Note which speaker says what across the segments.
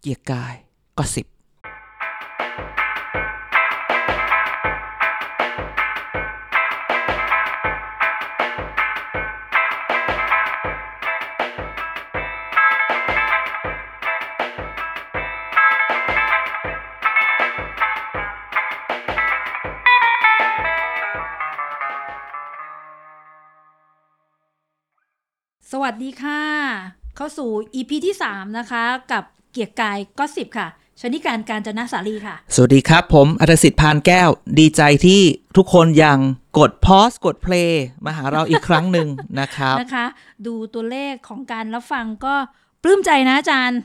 Speaker 1: เกียร์กายก็สิบ
Speaker 2: สวัสดีค่ะ เข้าสู่ EP ที่ 3 นะคะ กับเกียร์กายก็สิบค่ะ ชนิการการจนะสาลีค่ะ
Speaker 1: สวัสดีครับผมอัธสิทธิ์พานแก้ว ดีใจที่ทุกคนยังกดพอสกดเพลย์มาหาเราอีกครั้งหนึ่งนะครับ
Speaker 2: นะคะ ดูตัวเลขของการรับฟังก็ปลื้มใจนะอาจารย์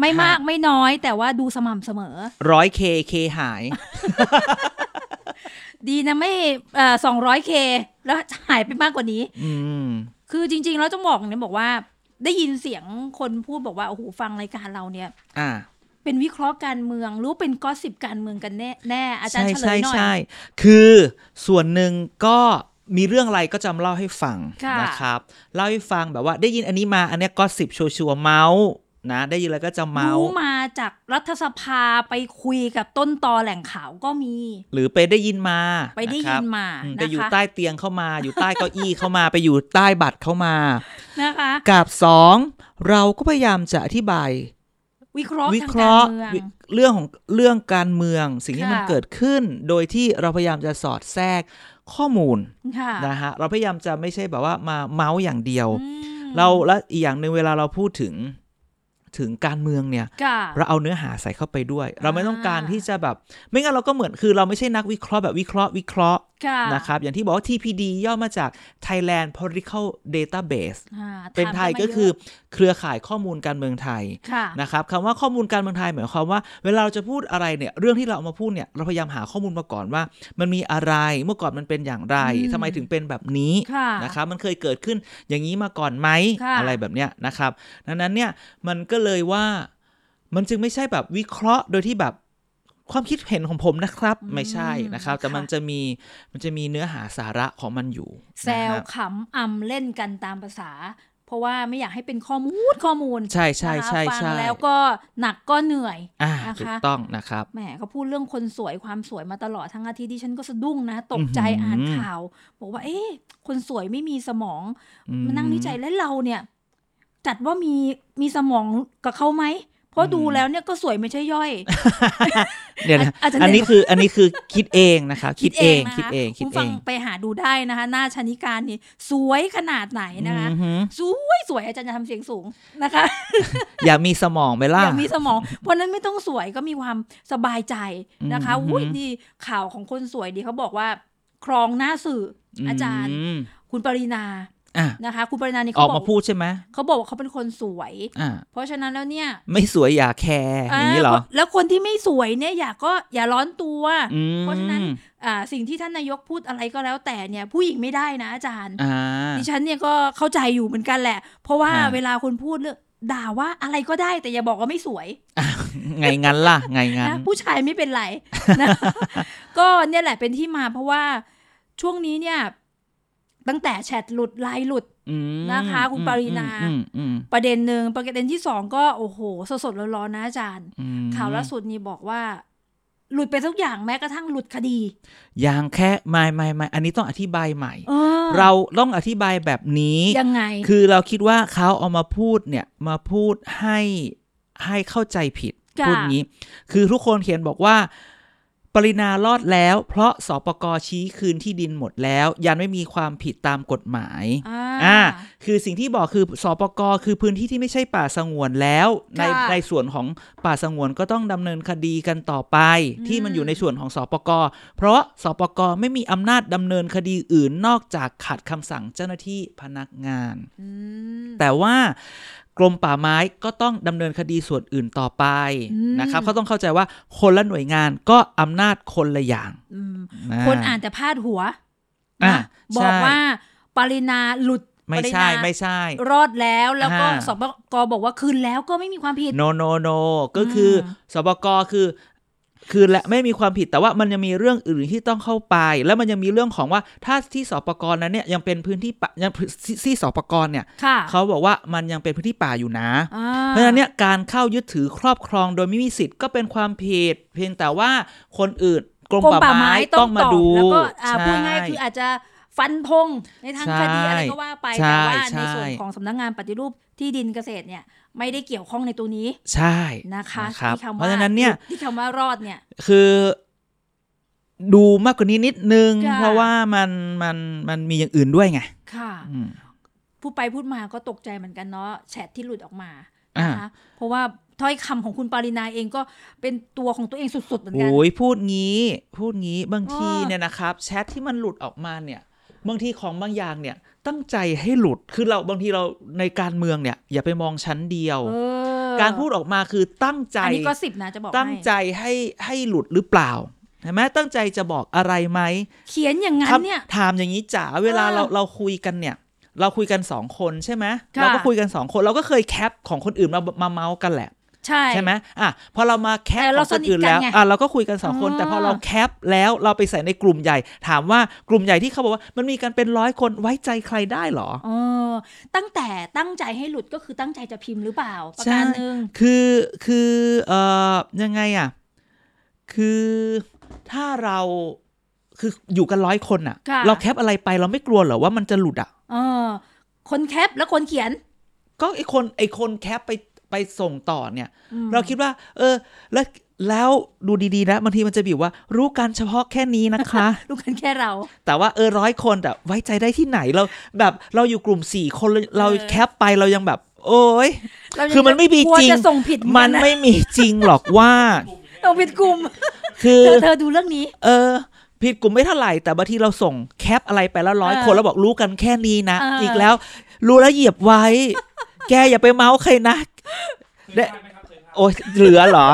Speaker 2: ไม่มากไม่น้อย แต่ว่าดูสม่ำเสมอ
Speaker 1: ร้อยเคเคหาย
Speaker 2: ดีนะไม่สองร้อยเคแล้วหายไปมากกว่านี้
Speaker 1: อืม
Speaker 2: คือจริงๆ แล้วต้องบอกเนี่ยบอกว่า ได้ยินเสียงคนพูดบอกว่า โอ้โห ฟังรายการเราเนี่ย
Speaker 1: อ่า
Speaker 2: เป็นวิเคราะห์การเมือง รู้เป็นก็สิบการเมืองกันแน่แน่อาจารย์เฉล
Speaker 1: ใช่
Speaker 2: ยหน่อย
Speaker 1: ใช่คือส่วนหนึ่งก็มีเรื่องอะไรก็จะมาเล่าให้ฟัง
Speaker 2: ค่ะ
Speaker 1: นะครับ เล่าให้ฟังแบบว่าได้ยินอันนี้มาอันเนี้ยก็สิบชัวร์ๆเมาส์นะ ได้ยินอะไรก็จะเมา
Speaker 2: รู้
Speaker 1: ส์
Speaker 2: มาจากรัฐสภาไปคุยกับต้นตอแหล่งข่าวก็มี
Speaker 1: หรือไปได้ยินมา
Speaker 2: ไปได้
Speaker 1: ะค
Speaker 2: ยิ
Speaker 1: รับ
Speaker 2: นมา
Speaker 1: อืมไป
Speaker 2: นะ
Speaker 1: อยู่
Speaker 2: คะ
Speaker 1: ใต้เตียงเข้ามา อยู่ใต้เก้าอี้เข้ามาไปอยู่ใต้บัตรเข้ามา
Speaker 2: นะคะ
Speaker 1: กับสองเราก็พยายามจะอธิบาย
Speaker 2: วิเคราะห์
Speaker 1: วิ
Speaker 2: ทางการ
Speaker 1: เคาะห์
Speaker 2: รเมือง
Speaker 1: วิเรื่องของเรื่องการเมือง สิ่งที่มัน
Speaker 2: ค่ะ
Speaker 1: เกิดขึ้น โดยที่เราพยายามจะสอดแทรกข้อมูล
Speaker 2: ค่ะ
Speaker 1: นะฮะเราพยายามจะไม่ใช่แบบว่ามาเมาส์อย่างเดียว
Speaker 2: อืม
Speaker 1: เราและอีกอย่างหนึ่งเวลาเราพูดถึงถึงการเมืองเนี่ย
Speaker 2: ค่ะ
Speaker 1: เราเอาเนื้อหาใส่เข้าไปด้วย เราไม่
Speaker 2: อ่า
Speaker 1: ต้องการที่จะแบบ ไม่งั้นเราก็เหมือนคือเราไม่ใช่นักวิเคราะห์แบบวิเคราะห์วิเคราะห์
Speaker 2: ค่ะ
Speaker 1: นะครับอย่างที่บอกว่า TPD ย่อมาจาก Thailand Political Database
Speaker 2: อ่า
Speaker 1: เป็นไทย
Speaker 2: ถาม
Speaker 1: ก็
Speaker 2: มา
Speaker 1: คือ
Speaker 2: เยะ
Speaker 1: เครือข่ายข้อมูลการเมืองไทย
Speaker 2: ค่ะ
Speaker 1: นะครับคำว่าข้อมูลการเมืองไทยหมายความว่า เวลาเราจะพูดอะไรเนี่ยเรื่องที่เราเอามาพูดเนี่ยเราพยายามหาข้อมูลมาก่อนว่า มันมีอะไรเมื่อก่อนมันเป็นอย่างไร
Speaker 2: อืม
Speaker 1: ทำไมถึงเป็นแบบนี้
Speaker 2: ค่ะ
Speaker 1: นะครับมันเคยเกิดขึ้นอย่างนี้มาก่อนไหม
Speaker 2: ค่ะ
Speaker 1: อะไรแบบเนี้ยนะครับดังนั้นเนี่ยมันก็เลยว่ามันจึงไม่ใช่แบบวิเคราะห์โดยที่แบบความคิดเห็นของผมนะครับ ไม่ใช่นะครับ แต่มันจะมีมันจะมีเนื้อหาสาระของมันอยู่
Speaker 2: แซว
Speaker 1: นะฮะ
Speaker 2: ขำอำเล่นกันตามภาษา เพราะว่าไม่อยากให้เป็นข้อมูลข้อมูล
Speaker 1: ใช่ใช่ใช่
Speaker 2: นะคะฟั
Speaker 1: ใช่
Speaker 2: งแล้วก็หนักก็เหนื่อย
Speaker 1: อ่า
Speaker 2: นะคะ
Speaker 1: ถูกต้องนะครับ
Speaker 2: แหมเขาพูดเรื่องคนสวยความสวยมาตลอดทั้งอาทิตย์ดิฉันก็สะดุ้งนะ ตกใจ
Speaker 1: อื้อหืออ่
Speaker 2: อ่านข่าว บอกว่า เอ๊ะคนสวยไม่มีสมอง
Speaker 1: อื
Speaker 2: มานั่งวิจัยแล้วเราเนี่ย จัดว่ามีมีสมองกับเขาไหมเพราะดูแล้วเนี่ยก็สวยไม่ใช่ย่อย
Speaker 1: เดี๋ยวนะ
Speaker 2: อาจจะ
Speaker 1: อันนี้คืออันนี้คือคิดเองนะคะ คิดเอง
Speaker 2: นะคะ
Speaker 1: คิดเองคิด
Speaker 2: คุณ
Speaker 1: เอ
Speaker 2: ฟัง
Speaker 1: ง
Speaker 2: ไปหาดูได้นะคะ หน้าชนิการนี่สวยขนาดไหนนะคะ
Speaker 1: อือหือ
Speaker 2: สวยสวยอาจารย์จะทำเสียงสูงนะคะ
Speaker 1: อย่ามีสมองไปล่ะ
Speaker 2: อย่ามีสมอง เพราะนั้นไม่ต้องสวยก็มีความสบายใจนะคะ
Speaker 1: อืม
Speaker 2: อุ้ยดีข่าวของคนสวยดีเขาบอกว่า ครองหน้าสื่อออาจารย์
Speaker 1: ม
Speaker 2: คุณปรินา
Speaker 1: อ่ะ
Speaker 2: นะคะ คุณปรินา
Speaker 1: อ
Speaker 2: นี่เขา
Speaker 1: อก
Speaker 2: บอ
Speaker 1: มาก พูดใช่ไหม
Speaker 2: เขาบอกว่าเขาเป็นคนสวย
Speaker 1: อ่ะ
Speaker 2: เพราะฉะนั้นแล้วเนี่ย
Speaker 1: ไม่สวยอย่าแคร์อย่างนี้เหรอ
Speaker 2: อ่าแล้วคนที่ไม่สวยเนี่ยอย่าก็อย่าร้อนตัว
Speaker 1: อืม
Speaker 2: เพราะฉะนั้น อ่าสิ่งที่ท่านนายกพูดอะไรก็แล้วแต่เนี่ย ผู้หญิงไม่ได้นะอาจารย์
Speaker 1: อ่า
Speaker 2: ดิฉันเนี่ยก็เข้าใจอยู่เหมือนกันแหละ เพราะว่า
Speaker 1: ฮะ
Speaker 2: เวลาคนพูดเรื่องด่าว่าอะไรก็ได้แต่อย่าบอกว่าไม่สวย
Speaker 1: ไงงั้นล่ะไงงั้น
Speaker 2: นะผู้ชายไม่เป็น ไรนะ ก็เนี่ยแหละเป็นที่มาเพราะว่าช่วงนี้เนี่ย ตั้งแต่แชทหลุดไลน์หลุด
Speaker 1: อืม
Speaker 2: นะคะคุณปรินา
Speaker 1: อืมอืม
Speaker 2: ประเด็นหนึ่งประเด็นที่สองก็โอ้โห สดสดๆร้อนๆนะอาจารย์
Speaker 1: อืม
Speaker 2: ข่าวล่าสุดนี่บอกว่า หลุดไปทุกอย่างแม้กระทั่งหลุดคดี
Speaker 1: ยังแค่ไม่ไม่ไม่อันนี้ต้องอธิบายใหม่
Speaker 2: เออ
Speaker 1: เราต้องอธิบายแบบนี้
Speaker 2: ยังไง
Speaker 1: คือเราคิดว่าเขาเอามาพูดเนี่ยมาพูดให้ให้เข้าใจผิด
Speaker 2: จ้ะ
Speaker 1: พูดงี้ คือทุกคนเขียนบอกว่า ปรินารอดแล้ว เพราะสปกชี้คืนที่ดินหมดแล้ว ยันไม่มีความผิดตามกฎหมาย
Speaker 2: อ่า
Speaker 1: อ่าคือสิ่งที่บอกคือสปกคือพื้นที่ที่ไม่ใช่ป่าสงวนแล้ว ใน
Speaker 2: ค่ะ
Speaker 1: ในส่วนของป่าสงวนก็ต้องดำเนินคดีกันต่อไป
Speaker 2: อืม
Speaker 1: ที่มันอยู่ในส่วนของสปกเพราะสปกไม่มีอำนาจดำเนินคดีอื่นนอกจากขัดคำสั่งเจ้าหน้าที่พนักงาน
Speaker 2: อืม
Speaker 1: แต่ว่ากรมป่าไม้ก็ต้องดำเนินคดีส่วนอื่นต่อไป
Speaker 2: อืม
Speaker 1: นะครับเขาต้องเข้าใจว่าคนละหน่วยงานก็อำนาจคนละอย่าง
Speaker 2: อืม
Speaker 1: ะ
Speaker 2: คนอ่านแต่พาดหัว
Speaker 1: อ่ะ
Speaker 2: นะบอก
Speaker 1: ใช่
Speaker 2: ว่าปรินาหลุด
Speaker 1: ไม่
Speaker 2: ปริ
Speaker 1: ใช่
Speaker 2: นา
Speaker 1: ไม่ใช่
Speaker 2: รอดแล้วแล้วก็
Speaker 1: อ่า
Speaker 2: สบกบอกว่าคืนแล้วก็ไม่มีความผิด
Speaker 1: โนโนโนก็คืออ
Speaker 2: ม
Speaker 1: สบกคือ คือและไม่มีความผิดแต่ว่ามันยังมีเรื่องอื่นที่ต้องเข้าไป แล้วมันยังมีเรื่องของว่าถ้าที่สปกรนั้นเนี่ยยังเป็นพื้นที่ป่ายังที่ที่สปกรเนี่ย
Speaker 2: ค่ะ
Speaker 1: เขาบอกว่ามันยังเป็นพื้นที่ป่าอยู่นะ
Speaker 2: อ่
Speaker 1: เพราะฉะนั้นเนี่ยการเข้ายึดถือครอบครองโดยไม่มีสิทธิ์ก็เป็นความผิด เพียงแต่ว่าคนอื่นกรม
Speaker 2: กรมป่า
Speaker 1: ป่า
Speaker 2: ไม้
Speaker 1: ไม้
Speaker 2: ต้
Speaker 1: ต้
Speaker 2: อ
Speaker 1: อง ง
Speaker 2: มา
Speaker 1: มา
Speaker 2: ดู
Speaker 1: ดู
Speaker 2: แล้วก็อ่าพูดง่าย
Speaker 1: ใช่
Speaker 2: คืออาจจะฟันธงในทางคดีอะไรก็ว่าไป
Speaker 1: ใช่
Speaker 2: แต่ว่าในส่วน
Speaker 1: ใช่
Speaker 2: ของสำนักงานปฏิรูปที่ดินเกษตรเนี่ย ไม่ได้เกี่ยวข้องในตัวนี้
Speaker 1: ใช่
Speaker 2: นะคะ
Speaker 1: รับ
Speaker 2: ที่คำ
Speaker 1: เพ
Speaker 2: ว่า
Speaker 1: ราะฉะนั้นเนี่ย
Speaker 2: ที่คำว่ารอดเนี่ย
Speaker 1: คือดูมากกว่านี้นิดนึง
Speaker 2: ค่ะ
Speaker 1: เพราะว่ามันมันมันมีอย่างอื่นด้วยไง
Speaker 2: ค่ะ
Speaker 1: อืม
Speaker 2: พูดไปพูดมาก็ตกใจเหมือนกันเนาะแชทที่หลุดออกมา
Speaker 1: อ่า
Speaker 2: นะคะเพราะว่าถ้อยคำของคุณปารินาเองก็เป็นตัวของตัวเองสุดๆเหมือนกัน
Speaker 1: โอ้ยพูดงี้ พูดงี้บางที
Speaker 2: อ๋อ
Speaker 1: เนี่ยนะครับ แชทที่มันหลุดออกมาเนี่ยบางทีของบางอย่างเนี่ย ตั้งใจให้หลุดคือเราบางทีเราในการเมืองเนี่ย อย่าไปมองชั้นเดียว
Speaker 2: เออ
Speaker 1: การพูดออกมาคือตั้งใจ
Speaker 2: อันนี้ก็สิบนะจะบอก
Speaker 1: ตั้ง
Speaker 2: ให้
Speaker 1: ใจให้ให้หลุดหรือเปล่าใช่ไหมตั้งใจจะบอกอะไรไหม
Speaker 2: เขียนอย่างนั้
Speaker 1: ครั
Speaker 2: น
Speaker 1: บ
Speaker 2: เนี่ย
Speaker 1: ถามอย่างนี้จ๋าเวลา
Speaker 2: เออ
Speaker 1: เราเราคุยกันเนี่ย เราคุยกันสองคนใช่ไหม
Speaker 2: ค่ะ
Speaker 1: เราก็คุยกันสองคนเราก็เคยแคปของคนอื่นมามาเมาส์กันแหละ
Speaker 2: ใช่
Speaker 1: ใช่ไหมอ่ะพอเรามาแคป
Speaker 2: แต่
Speaker 1: ข
Speaker 2: เรา
Speaker 1: องคนอื่น
Speaker 2: สนิทกั
Speaker 1: แล้ว
Speaker 2: นไง
Speaker 1: อ่ะเราก็คุยกันสองคน
Speaker 2: อ่า
Speaker 1: แต่พอเราแคปแล้วเราไปใส่ในกลุ่มใหญ่ ถามว่ากลุ่มใหญ่ที่เขาบอกว่ามันมีกันเป็นร้อยคนไว้ใจใครได้เหรอ
Speaker 2: เออตั้งแต่ตั้งใจให้หลุดก็คือตั้งใจจะพิมพ์หรือเปล่าประการหนึ่ง
Speaker 1: คือคือเอ่อยังไงอ่ะคือถ้าเราคืออยู่กันร้อยคนอ่ะ
Speaker 2: ค่ะ
Speaker 1: เราแคปอะไรไปเราไม่กลัวเหรอว่ามันจะหลุดอ่ะ
Speaker 2: เออ คนแคปและคนเขียน
Speaker 1: ก็ไอคนไอคนแคปไปไปส่งต่อเนี่ย
Speaker 2: อืม
Speaker 1: เราคิดว่า เออ แล้วแล้วดูดีๆนะบางทีมันจะบีบว่ารู้กันเฉพาะแค่นี้นะคะ
Speaker 2: รู้กันแค่เรา
Speaker 1: แต่ว่าเออร้อยคนแต่ไว้ใจได้ที่ไหนเราแบบเราอยู่กลุ่มสี่คนเราเรา
Speaker 2: เออ
Speaker 1: แคปไปเรายังแบบ โอ้ ย
Speaker 2: เรายัง
Speaker 1: คือมันไม่มี
Speaker 2: กลัว
Speaker 1: จริง
Speaker 2: จะส่งผิด
Speaker 1: มัน
Speaker 2: นะ
Speaker 1: ไม่มีจริงหรอกว่า
Speaker 2: ส่งผิดกลุ่ม
Speaker 1: คือ
Speaker 2: เธอเธอดูเรื่องนี้
Speaker 1: เออผิดกลุ่มไม่เท่าไหร่แต่บางทีเราส่งแคปอะไรไปแล้วร้อย
Speaker 2: เออ
Speaker 1: คนแล้วบอกรู้กันแค่นี้นะ
Speaker 2: เอออี
Speaker 1: อีกแล้ว รู้แล้วเหยียบไว้ แกอย่าไปเมาส์ใครนะได้โอ้ยเหลือเหรอ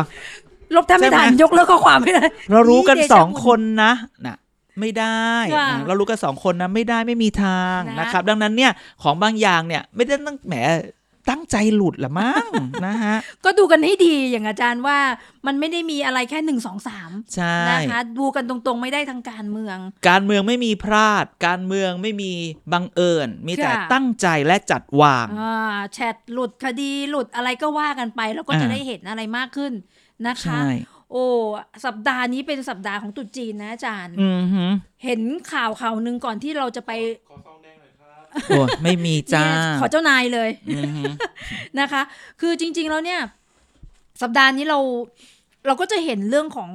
Speaker 2: ลบแทบไม่
Speaker 1: ใช่
Speaker 2: ทัน
Speaker 1: ไหม
Speaker 2: ยกเลิกข้อความไม่ได้
Speaker 1: เรารู้กัน
Speaker 2: นี่เดชะ
Speaker 1: สอง
Speaker 2: บุญ
Speaker 1: คนนะนะไม่ได้
Speaker 2: ค่ะ
Speaker 1: นะเรารู้กันสองคนนะไม่ได้ไม่มีทาง
Speaker 2: นะ
Speaker 1: นะครับ ดังนั้นเนี่ยของบางอย่างเนี่ย ไม่ได้ตั้งแหมตั้งใจหลุดละมั้ง นะฮะ
Speaker 2: ก็ดูกันให้ดีอย่างอาจารย์ว่ามันไม่ได้มีอะไรแค่หนึ่งสองสาม
Speaker 1: ใช่
Speaker 2: นะคะดูกันตรงๆไม่ได้ทางการเมือง
Speaker 1: การเมืองไม่มีพลาด การเมืองไม่มีบังเอิญ มีแต่
Speaker 2: ค่ะ
Speaker 1: ตั้งใจและจัดวาง
Speaker 2: อ่าแชทหลุดคดีหลุดอะไรก็ว่ากันไป แล้วก็จะ
Speaker 1: อ่า
Speaker 2: ได้เห็นอะไรมากขึ้นนะคะ
Speaker 1: ใช่
Speaker 2: โอ้สัปดาห์นี้เป็นสัปดาห์ของตรุษจีนนะอาจารย์
Speaker 1: อือหือ
Speaker 2: เห็นข่าวข่าวหนึ่งก่อนที่เราจะไป
Speaker 1: โอ้ยไม่มีจ้า
Speaker 2: เนี่ยขอเจ้านายเลย
Speaker 1: อือหือ
Speaker 2: นะคะ คือจริง ๆ แล้วเนี่ย สัปดาห์นี้เราเราก็จะเห็นเรื่องของ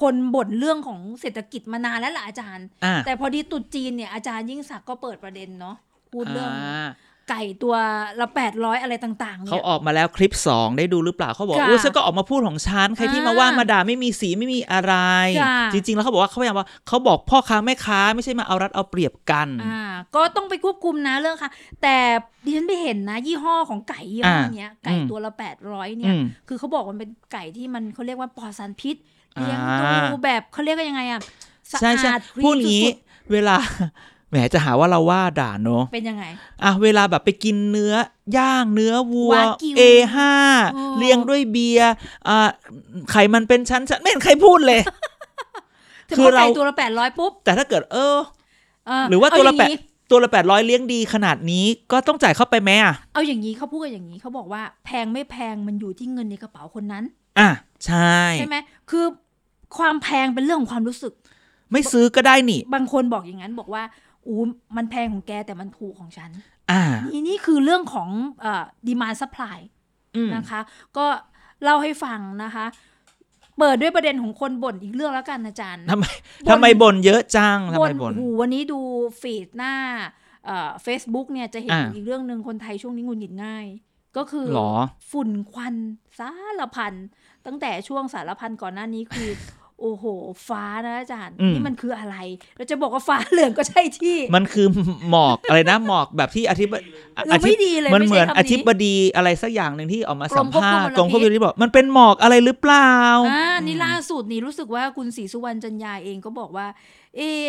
Speaker 2: คนบ่นเรื่องของเศรษฐกิจมานานแล้วล่ะอาจารย์
Speaker 1: อ่ะ
Speaker 2: แต่พอดีตรุษจีนเนี่ยอาจารย์ยิ่งศักดิ์ก็เปิดประเด็นเนาะพูดเรื่อง
Speaker 1: อ่า
Speaker 2: ไก่ตัวละแปดร้อยอะไรต่างๆ
Speaker 1: เขา
Speaker 2: เนี่ย
Speaker 1: ออกมาแล้วคลิป 2 ได้ดูหรือเปล่าเขาบอก
Speaker 2: ค่ะ
Speaker 1: โอ้ยฉันก็ออกมาพูดของฉันใครที่มาว่า
Speaker 2: อ่าม
Speaker 1: มาด่าไม่มีสีไม่มีอะไร
Speaker 2: ค่ะ
Speaker 1: จริง ๆ แล้วเขาบอกว่าเขาพยายามว่าเขาบอกพ่อค้าแม่ค้าไม่ใช่มาเอารัดเอาเปรียบกัน
Speaker 2: อ่า ก็ต้องไปควบคุมนะเรื่องค่ะ แต่ดิฉันไปเห็นนะ ยี่ห้อของไก่ยี่ห้อเนี้ย
Speaker 1: อ่า
Speaker 2: ไก่
Speaker 1: อืม
Speaker 2: ตัวละแปดร้อยเนี่
Speaker 1: อื
Speaker 2: ย
Speaker 1: ม
Speaker 2: คือเขาบอกมันเป็นไก่ที่มันเขาเรียกว่าปลอดสารพิษเลี้ยง
Speaker 1: อ่า
Speaker 2: ดูแบบเขาเรียกว่ายังไงอ่ะสะ
Speaker 1: ใช่ใช่
Speaker 2: อาด clean
Speaker 1: พูดงี้
Speaker 2: สุด
Speaker 1: เวลา แหมจะหาว่าเราว่าด่าเนอะ
Speaker 2: ๆเป็นยังไง
Speaker 1: อ่ะเวลาแบบไปกินเนื้อย่างเนื้อวัว
Speaker 2: วากิว
Speaker 1: A5
Speaker 2: โอ้
Speaker 1: เลี้ยงด้วยเบียร์อ่าไขมันเป็นชั้นๆไม่เห็นใครพูดเลย
Speaker 2: ถึง
Speaker 1: คือเรา
Speaker 2: เขาไก่ตัวละแปดร้อยปุ๊บ
Speaker 1: แต่ถ้าเกิดเออ
Speaker 2: เห
Speaker 1: รือว่า
Speaker 2: เ
Speaker 1: ตัวละ
Speaker 2: ย่ง
Speaker 1: แปด
Speaker 2: งี้
Speaker 1: ตัวละแปดร้อยเลี้ยงดีขนาดนี้ก็ต้องจ่ายเข้าไปไหมอ่ะ
Speaker 2: เอาอย่างนี้เขาพูดกันอย่างนี้เขาบอกว่าแพงไม่แพงมันอยู่ที่เงินในกระเป๋าคนนั้น
Speaker 1: อ่ะใช่
Speaker 2: ใช่ไหมคือความแพงเป็นเรื่องของความรู้สึก
Speaker 1: ไม่ซื้อก็ได้นี่
Speaker 2: บางคนบอกอย่างนั้นบอกว่าอูมันแพงของแกแต่มันถูกของฉัน
Speaker 1: อ่า
Speaker 2: นี่นี่คือเรื่องของดีมานซัพพลาย
Speaker 1: อืม
Speaker 2: นะคะ ก็เล่าให้ฟังนะคะ เปิดด้วยประเด็นของคนบ่นอีกเรื่องแล้วกันอาจารย์
Speaker 1: ทำไม
Speaker 2: บ่น
Speaker 1: ทำไมบ่นเยอะจังทำไมบ่น
Speaker 2: โอ้โหูวันนี้ดูฟีดหน้าเฟซบุ๊กเนี่ยจะเห็น
Speaker 1: อ่า
Speaker 2: อีกเรื่องหนึ่งคนไทยช่วงนี้หงุนหงิดง่าย ก็คือ
Speaker 1: หรอ
Speaker 2: ฝุ่นควันสารพัน ตั้งแต่ช่วงสารพันก่อนหน้านี้คือ โอ้โห ฟ้านะอาจารย์
Speaker 1: อืม
Speaker 2: นี่มันคืออะไร เราจะบอกว่าฟ้าเหลืองก็ใช่ที่
Speaker 1: มันคือหมอกอะไรนะหมอกแบบที่อธิบดี
Speaker 2: เราไม่ดีเลย
Speaker 1: มันเหมือน
Speaker 2: ไใช่คำ
Speaker 1: อธิบดีอะไรสักอย่างหนึ่งที่ออกมาก
Speaker 2: ร
Speaker 1: สั
Speaker 2: ม
Speaker 1: ม
Speaker 2: ควบคุม
Speaker 1: ภาษณ์ก
Speaker 2: มลพิษ
Speaker 1: รมควบคุมที่บอกมันเป็นหมอกอะไรหรือเปล่า
Speaker 2: อ่านี่ล่าสุดนี่รู้สึกว่าคุณศรีสุวรรณจันยาเองก็บอกว่า เอะ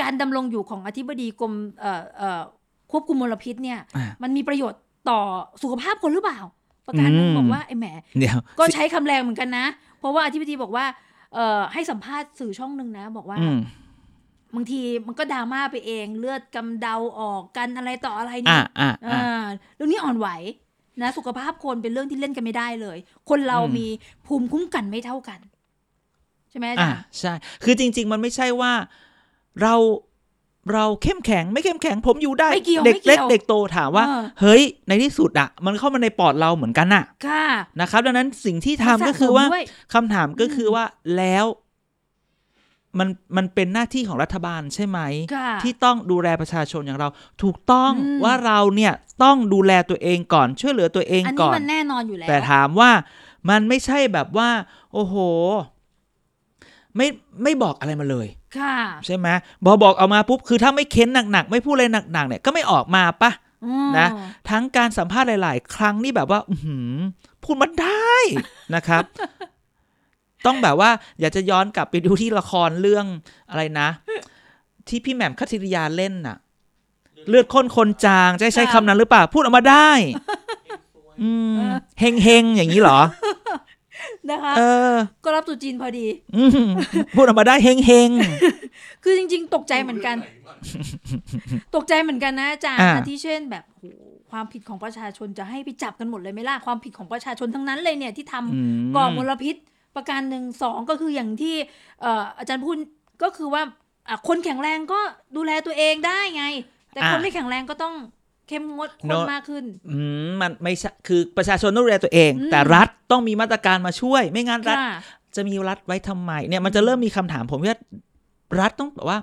Speaker 2: การดำรงอยู่ของอธิบดีกรมเอ่อเอ่อควบคุมมลพิษเนี่ย
Speaker 1: อ่ามั
Speaker 2: มันมีประโยชน์ต่อสุขภาพคนหรือเปล่า ประการหนึง
Speaker 1: อืม
Speaker 2: บอกว่าไอ้แหม
Speaker 1: เดี๋ยว
Speaker 2: ก็ใช้คำแรงเหมือนกันนะ เพราะว่าอธิบดีบอกว่าเอ เอ่อให้สัมภาษณ์สื่อช่องหนึ่งนะ บอกว่า
Speaker 1: อืม
Speaker 2: บางทีมันก็ดราม่าไปเองเลือดกำเดาออกกันอะไรต่ออะไรเนี่
Speaker 1: อ่าย อ่าอ่า
Speaker 2: อ่าเรื่องนี้อ่อนไหวนะ สุขภาพคนเป็นเรื่องที่เล่นกันไม่ได้เลย คนเรา
Speaker 1: อืม
Speaker 2: มีภูมิคุ้มกันไม่เท่ากัน ใช่ไหมอาจา
Speaker 1: อ่าร
Speaker 2: ย์
Speaker 1: ใช่ คือจริง ๆ มันไม่ใช่ว่าเราเราเข้มแข็งไม่เข้มแข็งผมอยู่ได้
Speaker 2: ไม่เกี่ยว
Speaker 1: เด็ก
Speaker 2: ไม่
Speaker 1: เล็ก
Speaker 2: ยว
Speaker 1: เด็กโตถามว่า
Speaker 2: เออ
Speaker 1: เฮ้ยในที่สุดอะมันเข้ามาในปอดเราเหมือนกันอะ
Speaker 2: ค่ะ
Speaker 1: นะครับ ดังนั้นสิ่งที่ทำ
Speaker 2: มันสะ
Speaker 1: ก็คือ
Speaker 2: สม
Speaker 1: ว่า
Speaker 2: ด้ย
Speaker 1: คำถามก็คือว่าแล้วมันมันเป็นหน้าที่ของรัฐบาลใช่ไหม
Speaker 2: ค่ะ
Speaker 1: ที่ต้องดูแลประชาชนอย่างเรา ถูกต้อง
Speaker 2: อืม
Speaker 1: ว่าเราเนี่ยต้องดูแลตัวเองก่อนช่วยเหลือตัวเอง
Speaker 2: อัน
Speaker 1: ก่
Speaker 2: นี้
Speaker 1: อน
Speaker 2: มันแน่นอนอยู่แล้ว
Speaker 1: แต่ถามว่ามันไม่ใช่แบบว่า โอ้โห ไม่ไม่บอกอะไรมาเลย
Speaker 2: ค่ะ
Speaker 1: ใช่ไหมบอบอกเอามาปุ๊บคือถ้าไม่เค้นหนักๆไม่พูดอะไรหนักๆเนี่ยก็ไม่ออกมาปะ
Speaker 2: อืม
Speaker 1: นะ ทั้งการสัมภาษณ์หลาย ๆ ครั้งนี่แบบว่า อื้อหือพูดมันได้ นะครับ ต้องแบบว่า อยากจะย้อนกลับไปดูที่ละครเรื่องอะไรนะ ที่พี่แหม่มคัทธิริยาเล่นน่ะ เลือดข้นคนจางจะใช้
Speaker 2: ค่ะ
Speaker 1: คำนั้นหรือเปล่า พูดออกมาได้ อืม
Speaker 2: เออ
Speaker 1: เฮงเฮงๆอย่างนี้เหรอ
Speaker 2: นะคะ
Speaker 1: เออ
Speaker 2: ก็รับตรุษจีนพอดี
Speaker 1: อืมพูดออกมาได้เฮงเฮง
Speaker 2: คือจริง ๆ ตกใจเหมือนกัน ตกใจเหมือนกันนะอาจารย์
Speaker 1: อ่า
Speaker 2: อาที่เช่นแบบโหความผิดของประชาชนจะให้ไปจับกันหมดเลยไหมล่ะ ความผิดของประชาชนทั้งนั้นเลยเนี่ยที่ทำ
Speaker 1: อืม
Speaker 2: ก่อมลพิษ ประการหนึ่งสองก็คืออย่างที่เอ่ออาจารย์พูดก็คือว่าอ่ะคนแข็งแรงก็ดูแลตัวเองได้ไง แต่คนไม่แข็งแรงก็ต้องเข้มงวดคนมากขึ้น
Speaker 1: อืมมันไม่ใช่คือประชาชนต้องดูแลตัวเอง
Speaker 2: อืม
Speaker 1: แต่รัฐต้องมีมาตรการมาช่วย ไม่งั้นรัฐ
Speaker 2: ค่ะ
Speaker 1: จะมีรัฐไว้ทำไมเนี่ยมันจะเริ่มมีคำถามผมว่ารัฐต้องแบบว่า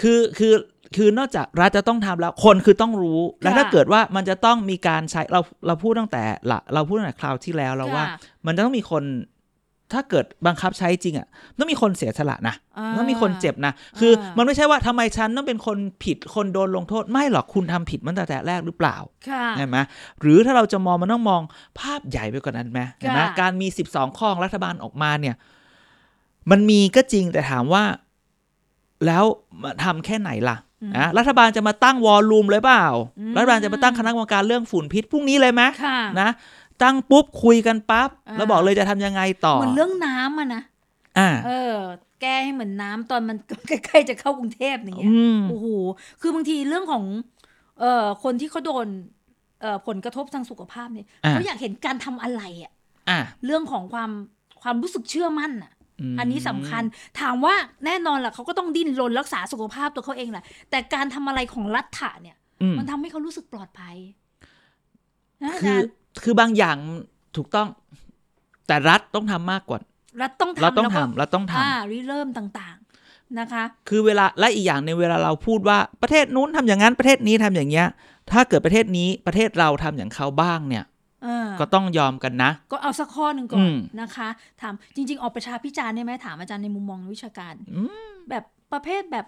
Speaker 1: คือคือคือนอกจากรัฐจะต้องทำแล้วคนคือต้องรู้ และ
Speaker 2: ค่ะ
Speaker 1: ถ้าเกิดว่ามันจะต้องมีการใช้เราเราพูดตั้งแต่ละเราพูดตั้งแต่คราวที่แล้วแล้วว่า
Speaker 2: ค่ะ
Speaker 1: มันจะต้องมีคน ถ้าเกิดบังคับใช้จริงอ่ะต้องมีคนเสียสละนะ
Speaker 2: อ่า
Speaker 1: ต้องมีคนเจ็บนะคืออา มันไม่ใช่ว่าทำไมฉันต้องเป็นคนผิดคนโดนลงโทษไม่หรอกคุณทำผิดมันตั้งแต่แรกหรือเปล่า
Speaker 2: ค่ะ
Speaker 1: ใช่ไหมหรือถ้าเราจะมองมันต้องมองภาพใหญ่ไปกว่านั้นไหมเห็นไหม
Speaker 2: ค่ะ
Speaker 1: การมี 12 ข้อของรัฐบาลออกมาเนี่ย มันมีก็จริงแต่ถามว่า แล้วมาทำแค่ไหนล่ะ
Speaker 2: อืม
Speaker 1: นะรัฐบาลจะมาตั้งวอลลุ่มเลยเปล่า
Speaker 2: อืม
Speaker 1: รัฐบาลจะมาตั้งคณะกรรมการเรื่องฝุ่นพิษพรุ่งนี้เลยไหม
Speaker 2: ค่ะ
Speaker 1: นะตั้งปุ๊บคุยกันปั๊บ
Speaker 2: อ่า
Speaker 1: แล้วบอกเลยจะทำยังไงต่อ
Speaker 2: เหมือนเรื่องน้ำอะนะ
Speaker 1: อ่า
Speaker 2: เออ แก้ให้เหมือนน้ำตอนมัน ใกล้ๆจะเข้ากรุงเทพอย่างเงี้ย
Speaker 1: อืม
Speaker 2: โอ้โหคือบางทีเรื่องของ เอ่อคนที่เขาโดนเอ่อผลกระทบทางสุขภาพเนี่ย
Speaker 1: อ่า
Speaker 2: เขาอยากเห็นการทำอะไรอะ
Speaker 1: อ่า
Speaker 2: เรื่องของความความรู้สึกเชื่อมั่นอะ
Speaker 1: ม
Speaker 2: อันนี้สำคัญ ถามว่าแน่นอนล่ะเขาก็ต้องดิ้นรนรักษาสุขภาพตัวเขาเองแหละแต่การทำอะไรของรัฐะเนี่ย
Speaker 1: อืม
Speaker 2: มันทำให้เขารู้สึกปลอดภัยนะอา
Speaker 1: คื
Speaker 2: จา
Speaker 1: อ
Speaker 2: รย์
Speaker 1: คือบางอย่างถูกต้อง แต่รัฐต้องทำมากกว่า
Speaker 2: รัฐต้องทำ
Speaker 1: เราต้อง
Speaker 2: แล้วก็
Speaker 1: ทำเราต้องทำ
Speaker 2: อ่าริเริ่มต่างๆนะคะ
Speaker 1: คือเวลาและอีกอย่างในงเวลาเราพูดว่าประเทศนู้นทำอย่างนั้นประเทศนี้ทำอย่างเงี้ย ถ้าเกิดประเทศนี้ประเทศเราทำอย่างเขาบ้างเนี่ย
Speaker 2: เออ
Speaker 1: ก็ต้องยอมกันนะ
Speaker 2: ก็เอาสักข้อหนึ่งก่อน
Speaker 1: อืม
Speaker 2: นะคะถามจริง ๆ ออกประชาพิจารณ์ได้ไหมถามอาจารย์ในมุมมองวิชาการ
Speaker 1: อื
Speaker 2: แบบประเภทแบบ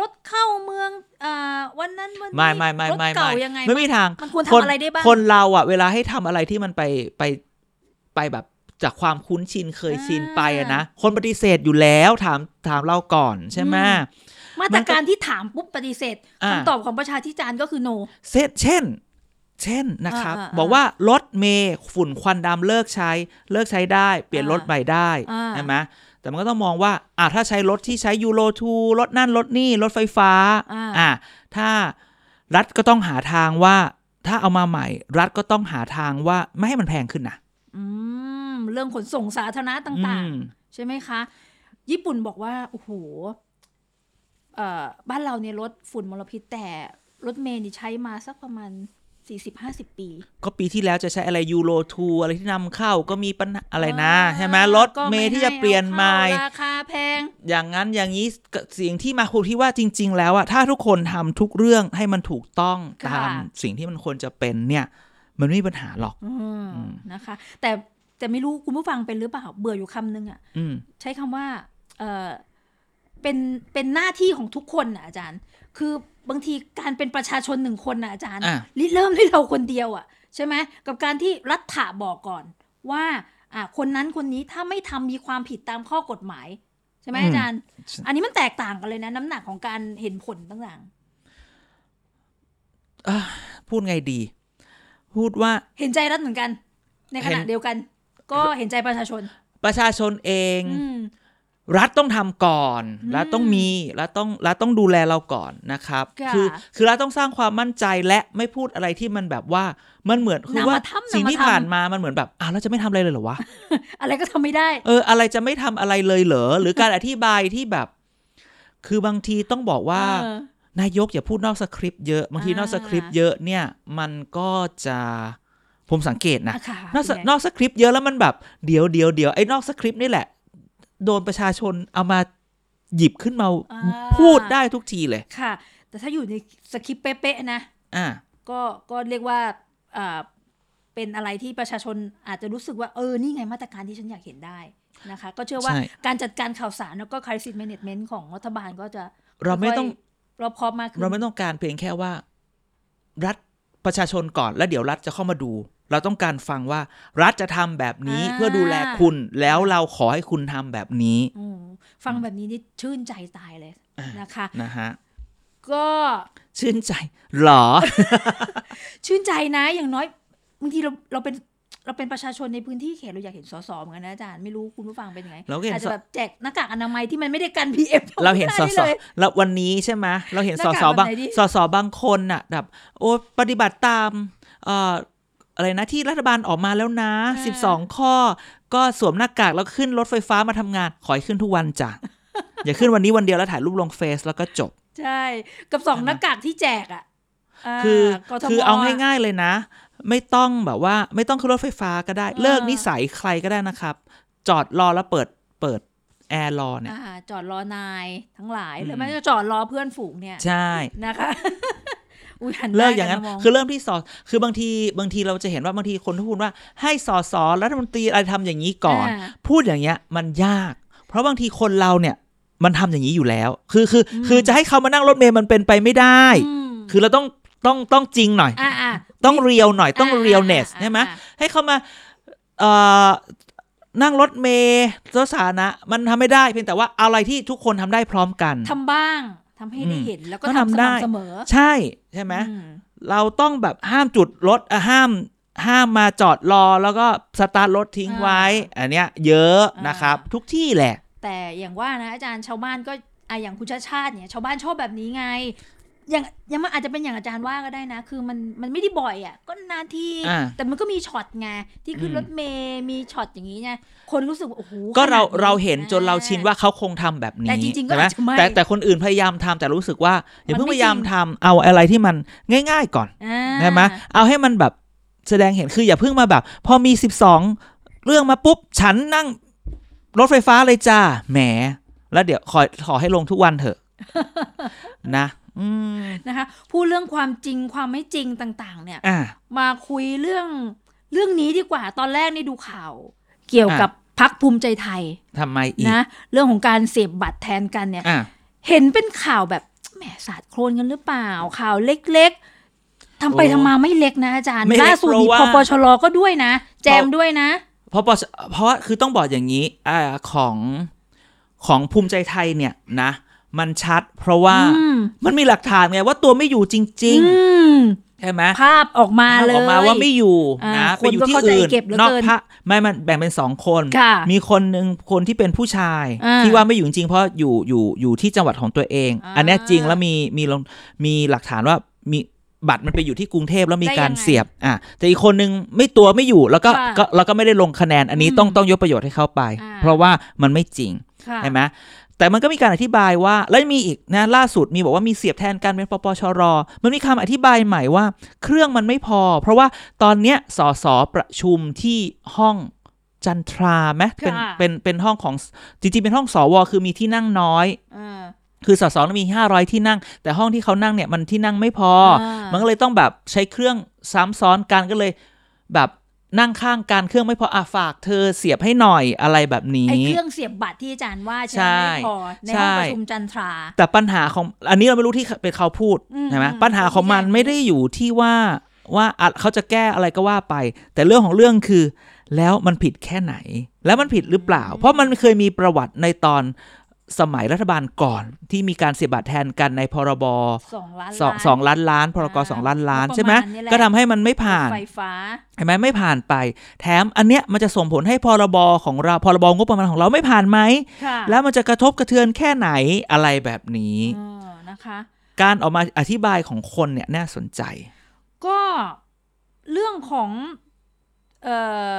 Speaker 2: รถเข้าเมืองอ่าวันนั้นวันนี้
Speaker 1: ไม่ไม่ไม่
Speaker 2: รถ
Speaker 1: ไม่
Speaker 2: เก่า
Speaker 1: ไม่
Speaker 2: ยังไง
Speaker 1: ไม่มีทาง
Speaker 2: มันควร
Speaker 1: คน
Speaker 2: ทำอะไรได้บ้าง
Speaker 1: คนเราอะเวลาให้ทำอะไรที่มันไปไปไปแบบจากความคุ้นชินเคยชิน
Speaker 2: อ่า
Speaker 1: ไปอะนะคนปฏิเสธอยู่แล้วถามถามเราก่อนใช่ไหม
Speaker 2: อืม มาต
Speaker 1: มั
Speaker 2: ร
Speaker 1: นก็
Speaker 2: การที่ถามปุ๊บปฏิเสธ
Speaker 1: อ่า
Speaker 2: คำตอบของประชาพิจารณ์ก็คือ no
Speaker 1: เช่นเช่น เช่นนะครับ
Speaker 2: อ่าอ่า
Speaker 1: บอกว่ารถเมย์ฝุ่นควันดำเลิกใช้ เลิกใช้ได้เปลี่ยน
Speaker 2: อ่าร ร
Speaker 1: ถใหม่ได้
Speaker 2: อ่า
Speaker 1: ใช่ไหมแต่มันก็ต้องมองว่าอ่ะถ้าใช้รถที่ใช้ยูโรทูรถนั่นรถนี่รถไฟฟ้า
Speaker 2: อ่า
Speaker 1: อ่ะถ้ารัฐก็ต้องหาทางว่า ถ้าเอามาใหม่ รัฐก็ต้องหาทางว่าไม่ให้มันแพงขึ้นนะ
Speaker 2: อืมเรื่องขนส่งสาธารณะต่าง
Speaker 1: อืม
Speaker 2: ๆ ใช่ไหมคะ ญี่ปุ่นบอกว่าโอ้โหเอ่อบ้านเราเนี่ยรถฝุ่นมลพิษแต่รถเมล์นี่ใช้มาสักประมาณสี่สิบห้าสิบปี
Speaker 1: ก็ปีที่แล้วจะใช้อะไรยูโรทูอะไรที่นำเข้าก็มีปัญหาอะไรนะใช่ไหมรถ
Speaker 2: ก็
Speaker 1: เม
Speaker 2: ไ
Speaker 1: ย์ที่จะเปลี่ยนใหม่
Speaker 2: ให้เอาเข้าราคาแพง
Speaker 1: อย่างนั้นอย่างนี้ก็เสียงที่มาครูที่ว่าจริง ๆ แล้วอะถ้าทุกคนทำทุกเรื่องให้มันถูกต้อง
Speaker 2: ค่ะ
Speaker 1: ตามสิ่งที่มันควรจะเป็นเนี่ย มันไม่มีปัญหาหรอก
Speaker 2: อืมนะคะ แต่แต่ไม่รู้คุณผู้ฟังเป็นหรือเปล่า เบื่ออยู่คำนึงอ่ะ
Speaker 1: อืม
Speaker 2: ใช้คำว่าเออเป็นเป็นหน้าที่ของทุกคนนะอาจารย์ คือบางทีการเป็นประชาชนหนึ่งคนนะอาจารย์
Speaker 1: อ่ะ
Speaker 2: ริเริ่มที่เราคนเดียวอ่ะใช่ไหมกับการที่รัฐะบอกก่อนว่าอ่ะคนนั้นคนนี้ถ้าไม่ทำมีความผิดตามข้อกฎหมาย ใช่ไหมอาจารย์ อันนี้มันแตกต่างกันเลยนะ น้ำหนักของการเห็นผลต่าง
Speaker 1: พูดไงดี พูดว่า
Speaker 2: ๆเห็นใจรัฐเหมือนกัน ในขณะ
Speaker 1: เห็น
Speaker 2: เดียวกัน ก็เห็นใจประชาชน
Speaker 1: ประชาชนเอง
Speaker 2: อืม
Speaker 1: รัฐต้องทำก่อน
Speaker 2: อืม
Speaker 1: รัฐต้องมีรัฐต้องรัฐต้องดูแลเราก่อนนะครับ
Speaker 2: ค่ะ
Speaker 1: อคือรัฐต้องสร้างความมั่นใจและไม่พูดอะไรที่มันแบบว่ามันเหมือนคื
Speaker 2: นำ
Speaker 1: อ
Speaker 2: มา
Speaker 1: ว่า
Speaker 2: ทำ
Speaker 1: สิ่งที่
Speaker 2: นำมาทำ
Speaker 1: ผ่านมามันเหมือนแบบอ้าวเราจะไม่ทำอะไรเลยเหรอวะ
Speaker 2: อะไรก็ทำไม่ได้
Speaker 1: เอออะไรจะไม่ทำอะไรเลยเหรอหรือการอธิบายที่แบบ คือบางทีต้องบอกว่า
Speaker 2: เออ
Speaker 1: นายกอย่าพูดนอกสคริปต์เยอะบางทีนอกสคริปต์เยอะเนี่ย มันก็จะผมสังเกตนะ
Speaker 2: อ่ค่ะ
Speaker 1: นอกส
Speaker 2: เป็นไง
Speaker 1: นอกสคริปต์เยอะแล้วมันแบบเดี๋ยวเดี๋ยวเดี๋ยวไอ้นอกสคริปต์นี่แหละ โดนประชาชนเอามาหยิบขึ้นมา
Speaker 2: อ่า
Speaker 1: พูดได้ทุกทีเลย
Speaker 2: ค่ะ แต่ถ้าอยู่ในสคริปต์เป๊ะๆนะ
Speaker 1: อ่า
Speaker 2: ก็ก็เรียกว่าอ่าเป็นอะไรที่ประชาชนอาจจะรู้สึกว่า เออ นี่ไงมาตรการที่ฉันอยากเห็นได้นะคะ ก็เชื่อว่า
Speaker 1: ใช่
Speaker 2: การจัดการข่าวสารแล้วก็ crisis management ของรัฐบาลก็จะ
Speaker 1: เราไม่ต้อง
Speaker 2: ค่ยๆรอบคอบมากขึ้น
Speaker 1: เราไม่ต้องการเพียงแค่ว่า รัฐประชาชนก่อนแล้วเดี๋ยวรัฐจะเข้ามาดู เราต้องการฟังว่า รัฐจะทำแบบนี้
Speaker 2: อ่า
Speaker 1: เพื่อดูแลคุณ แล้วเราขอให้คุณทำแบบนี้
Speaker 2: อืมฟังแบบนี้นี่ชื่นใจตายเลยนะคะ
Speaker 1: นะฮะ
Speaker 2: ก็
Speaker 1: ชื่นใจเหรอ
Speaker 2: ชื่นใจนะอย่างน้อยบางทีเราเราเป็นเราเป็นประชาชนในพื้นที่เขตเราอยากเห็นสสเหมือนกันนะอาจารย์ไม่รู้คุณผู้ฟังเป็นยังไง
Speaker 1: เราก็เห็น
Speaker 2: อาจจะ
Speaker 1: ส
Speaker 2: แบบแจกหน้ากากอนามัยที่มันไม่ได้กันพีเอฟ
Speaker 1: เราเห็นสอสอแล้ววันนี้ใช่ไหมเราเห็น
Speaker 2: ห
Speaker 1: สอก
Speaker 2: น้าาก
Speaker 1: สอบาง
Speaker 2: แบบไหนดิ
Speaker 1: สอสอบางคนน่ะแบบโอ้ปฏิบัติตามเอ่ออะไรนะที่รัฐบาลออกมาแล้วนะ 12 ข้อ ก็สวมหน้ากากแล้วขึ้นรถไฟฟ้ามาทำงาน ขอให้ขึ้นทุกวัน จ้ะ อย่าขึ้นวันนี้วันเดียวแล้วถ่ายรูปลงเฟซแล้วก็จบ
Speaker 2: ใช่ กับสองหน้ากากที่แจกอ่ะา
Speaker 1: คืออก
Speaker 2: ทม
Speaker 1: คือเอาง่ายๆเลยนะ ไม่ต้องแบบว่า ไม่ต้องขึ้นรถไฟฟ้าก็ได้
Speaker 2: อ่า
Speaker 1: เลิกนิสัยใครก็ได้นะครับ จอดรอแล้วเปิดเปิดแอร์รอเนี่ย
Speaker 2: อ่าจอดรอนายทั้งหลายหรือ
Speaker 1: ม
Speaker 2: ไม่ก็จอดรอเพื่อนฝูงเนี่ย
Speaker 1: ใช่
Speaker 2: นะคะ อุ้ยหันห
Speaker 1: เลิกอย่างนั้น
Speaker 2: มม
Speaker 1: คือเริ่มที่สอคือบางทีบางทีเราจะเห็นว่าบางทีคนที่พูดว่า ให้สอสอรัฐมนตรีอะไรทำอย่างนี้ก่อน
Speaker 2: า
Speaker 1: พูดอย่างเงี้ยมันยาก เพราะบางทีคนเราเนี่ยมันทำอย่างนี้อยู่แล้ว คือคืออคือจะให้เขามานั่งรถเมล์มันเป็นไปไม่ได้
Speaker 2: อืม
Speaker 1: คือเราต้องต้องต้องจริงหน่อย
Speaker 2: อ่าอ่า
Speaker 1: ต้องเรียวหน่อยต้อง
Speaker 2: อ่า
Speaker 1: เรียลเนส
Speaker 2: อ่า
Speaker 1: ใช่ไหม
Speaker 2: อ่า
Speaker 1: ให้เขามาเอ่อนั่งรถเมล์รถสาธารณะมันทำไม่ได้เพียงแต่ว่าเอาอะไรที่ทุกคนทำได้พร้อมกัน
Speaker 2: ทำบ้างทำให้ได้
Speaker 1: อืม
Speaker 2: เห็นแล้วก็
Speaker 1: ต้อง
Speaker 2: ทำส
Speaker 1: ทำได้
Speaker 2: ม่ำเสมอ
Speaker 1: ใช่ใช่ไหม
Speaker 2: อืม
Speaker 1: เราต้องแบบห้ามจุดรถอ่ะห้ามห้ามมาจอดรอแล้วก็สตาร์ทรถทิ้งไว้ อันเนี้ยเยอะนะครับ ทุกที่แหละ
Speaker 2: แต่อย่างว่านะอาจารย์ชาวบ้านก็อ่ะอย่างคุณชาติชาติเนี่ยชาวบ้านชอบแบบนี้ไง อย่างยังมันอาจจะเป็นอย่างอาจารย์ว่าก็ได้นะ คือมันมันไม่ได้บ่อยอ่ะก็นานที
Speaker 1: อ่า
Speaker 2: แต่มันก็มีช็อตไงที่ขึ้น
Speaker 1: อืม
Speaker 2: รถเมย์มีช็อตอย่างนี้ไงคนรู้สึกว่าโอ้โห
Speaker 1: ก็เรา
Speaker 2: ขด
Speaker 1: เราเห็นจนเราชินว่าเขาคงทำแบบนี้
Speaker 2: แต่จริงๆก็
Speaker 1: ใช่ไหม
Speaker 2: อาจจะไม่
Speaker 1: แต่แต่คนอื่นพยายามทำแต่รู้สึกว่า อย่าเพิ่ง
Speaker 2: มัน
Speaker 1: พ
Speaker 2: ไม่
Speaker 1: ยายาม
Speaker 2: จริง
Speaker 1: ทำเอาอะไรที่มันง่าย ๆก่อน
Speaker 2: อ่า
Speaker 1: ใช่ไหมเอาให้มันแบบแสดงเห็นคืออย่าเพิ่งมาแบบ พอมีสิบสองเรื่องมาปุ๊บ ฉันนั่งรถไฟฟ้าเลยจ้าแหม แล้วเดี๋ยวขอขอให้ลงทุกวันเถอะ นะ อืม
Speaker 2: นะคะพูดเรื่องความจริงความไม่จริงต่างๆ เนี่ย
Speaker 1: อ่า
Speaker 2: มาคุยเรื่องเรื่องนี้ดีกว่าตอนแรกนี่ดูข่าว เกี่ยวกับพักภูมิใจไทย
Speaker 1: ทำไมอีก
Speaker 2: นะเรื่องของการเสพบัตรแทนกันเนี่ย
Speaker 1: อ่ะ
Speaker 2: เห็นเป็นข่าวแบบแหมสาดโคลนกันหรือเปล่า ข่าวเล็กๆทำไป
Speaker 1: โอ้
Speaker 2: ทำมาไม่เล็กนะอาจารย์
Speaker 1: ไม่เล็ก
Speaker 2: ล่าสุด
Speaker 1: เพ
Speaker 2: นี่
Speaker 1: ราะว่า
Speaker 2: พปชรก็ด้วยนะ แจมด้วยนะ
Speaker 1: เพราะปชเพราะคือต้องบอกอย่างนี้อ่าของของภูมิใจไทยเนี่ยนะ มันชัดเพราะว่า
Speaker 2: อืม
Speaker 1: มันมีหลักฐานไงว่าตัวไม่อยู่จริง
Speaker 2: อืม
Speaker 1: ๆ ใช่ไหม
Speaker 2: ภาพออกมาเลย
Speaker 1: ออกมาว่าไม่อยู่
Speaker 2: อ่า
Speaker 1: นะ
Speaker 2: ค
Speaker 1: ไป
Speaker 2: น
Speaker 1: อยู่
Speaker 2: ก็
Speaker 1: ที่
Speaker 2: เข้าใจ
Speaker 1: อื่น
Speaker 2: เก็บเหลือน
Speaker 1: อก
Speaker 2: เกิน
Speaker 1: พระไม่มันแบ่งเป็นสองคน
Speaker 2: ค่ะ
Speaker 1: มีคนหนึ่งคนที่เป็นผู้ชาย
Speaker 2: อ่า
Speaker 1: ที่ว่าไม่อยู่จริงๆเพราะอยู่อยู่อยู่ที่จังหวัดของตัวเอง
Speaker 2: อ่า
Speaker 1: อันเนี้ยจริงแล้วมีมีลงมีหลักฐานว่ามีบัตรมันไปอยู่ที่กรุงเทพแล้วมี
Speaker 2: ได้
Speaker 1: การ
Speaker 2: ยังไง
Speaker 1: เสียบอ่ะแต่อีกคนนึงไม่ตัวไม่อยู่แล้วก็
Speaker 2: ค่ะ
Speaker 1: ก็เราก็ไม่ได้ลงคะแนนอันนี้ต้อง
Speaker 2: อืม
Speaker 1: ต้องยกประโยชน์ให้เขาไป
Speaker 2: อ่า
Speaker 1: เพราะว่ามันไม่จริง
Speaker 2: ค่ะ
Speaker 1: ใช่ไหมแต่มันก็มีการอธิบายว่า แล้วมีอีกนะล่าสุดมีบอกว่ามีเสียบแทนการเป็นปปชร มันมีคำอธิบายใหม่ว่า เครื่องมันไม่พอ เพราะว่าตอนเนี้ยสสประชุมที่ห้องจันทราไหมเป็นเป็นเป็นห้องของจริงๆเป็นห้องสวคือมีที่นั่งน้อย
Speaker 2: เออ
Speaker 1: คือสสมี 500 ที่นั่ง แต่ห้องที่เขานั่งเนี่ยมันที่นั่งไม่พอ
Speaker 2: อ่ามั
Speaker 1: มันก็เลยต้องแบบใช้เครื่องซ้ำซ้อนกันก็เลย แบบนั่งข้างกันเครื่องไม่พออ่ะฝากเธอเสียบให้หน่อยอะไรแบบนี้
Speaker 2: ไอ้เครื่องเสียบบัตรที่อาจารย์ว่าใช่
Speaker 1: ใช่
Speaker 2: ไหมไม่พอในห้องประชุม
Speaker 1: ใช่
Speaker 2: จันทรา
Speaker 1: แต่ปัญหาของอันนี้เราไม่รู้ที่เป็นเขาพูด
Speaker 2: อืม
Speaker 1: ใช่ไหม
Speaker 2: อืม
Speaker 1: ปัญหาของมัน
Speaker 2: ใช่
Speaker 1: ไม่ได้อยู่ที่ว่าว่าอ่ะเขาจะแก้อะไรก็ว่าไป แต่เรื่องของเรื่องคือ แล้วมันผิดแค่ไหน แล้วมันผิดหรือเปล่า เพราะมันเคยมีประวัติในตอน สมัยรัฐบาลก่อนที่มีการเสียบบัตรแทนกันในพรบ
Speaker 2: สองล้าน
Speaker 1: สอง
Speaker 2: ล้าน
Speaker 1: สองล้านล้านพรก
Speaker 2: อ่า
Speaker 1: สองล้านล้าน
Speaker 2: งบประมาณ
Speaker 1: ใช่ไหม
Speaker 2: นี่แหละ
Speaker 1: ก็ทำให้มันไม่ผ่าน
Speaker 2: ไฟฟ้า
Speaker 1: เห็นไหมไม่ผ่านไป แถมอันเนี้ยมันจะส่งผลให้พรบของเราพรบงบประมาณของเราไม่ผ่านไหม
Speaker 2: ค่ะ
Speaker 1: แล้วมันจะกระทบกระเทือนแค่ไหนอะไรแบบนี้
Speaker 2: เออนะคะ
Speaker 1: การออกมาอธิบายของคนเนี่ยน่าสนใจ
Speaker 2: ก็เรื่องของเอ่อ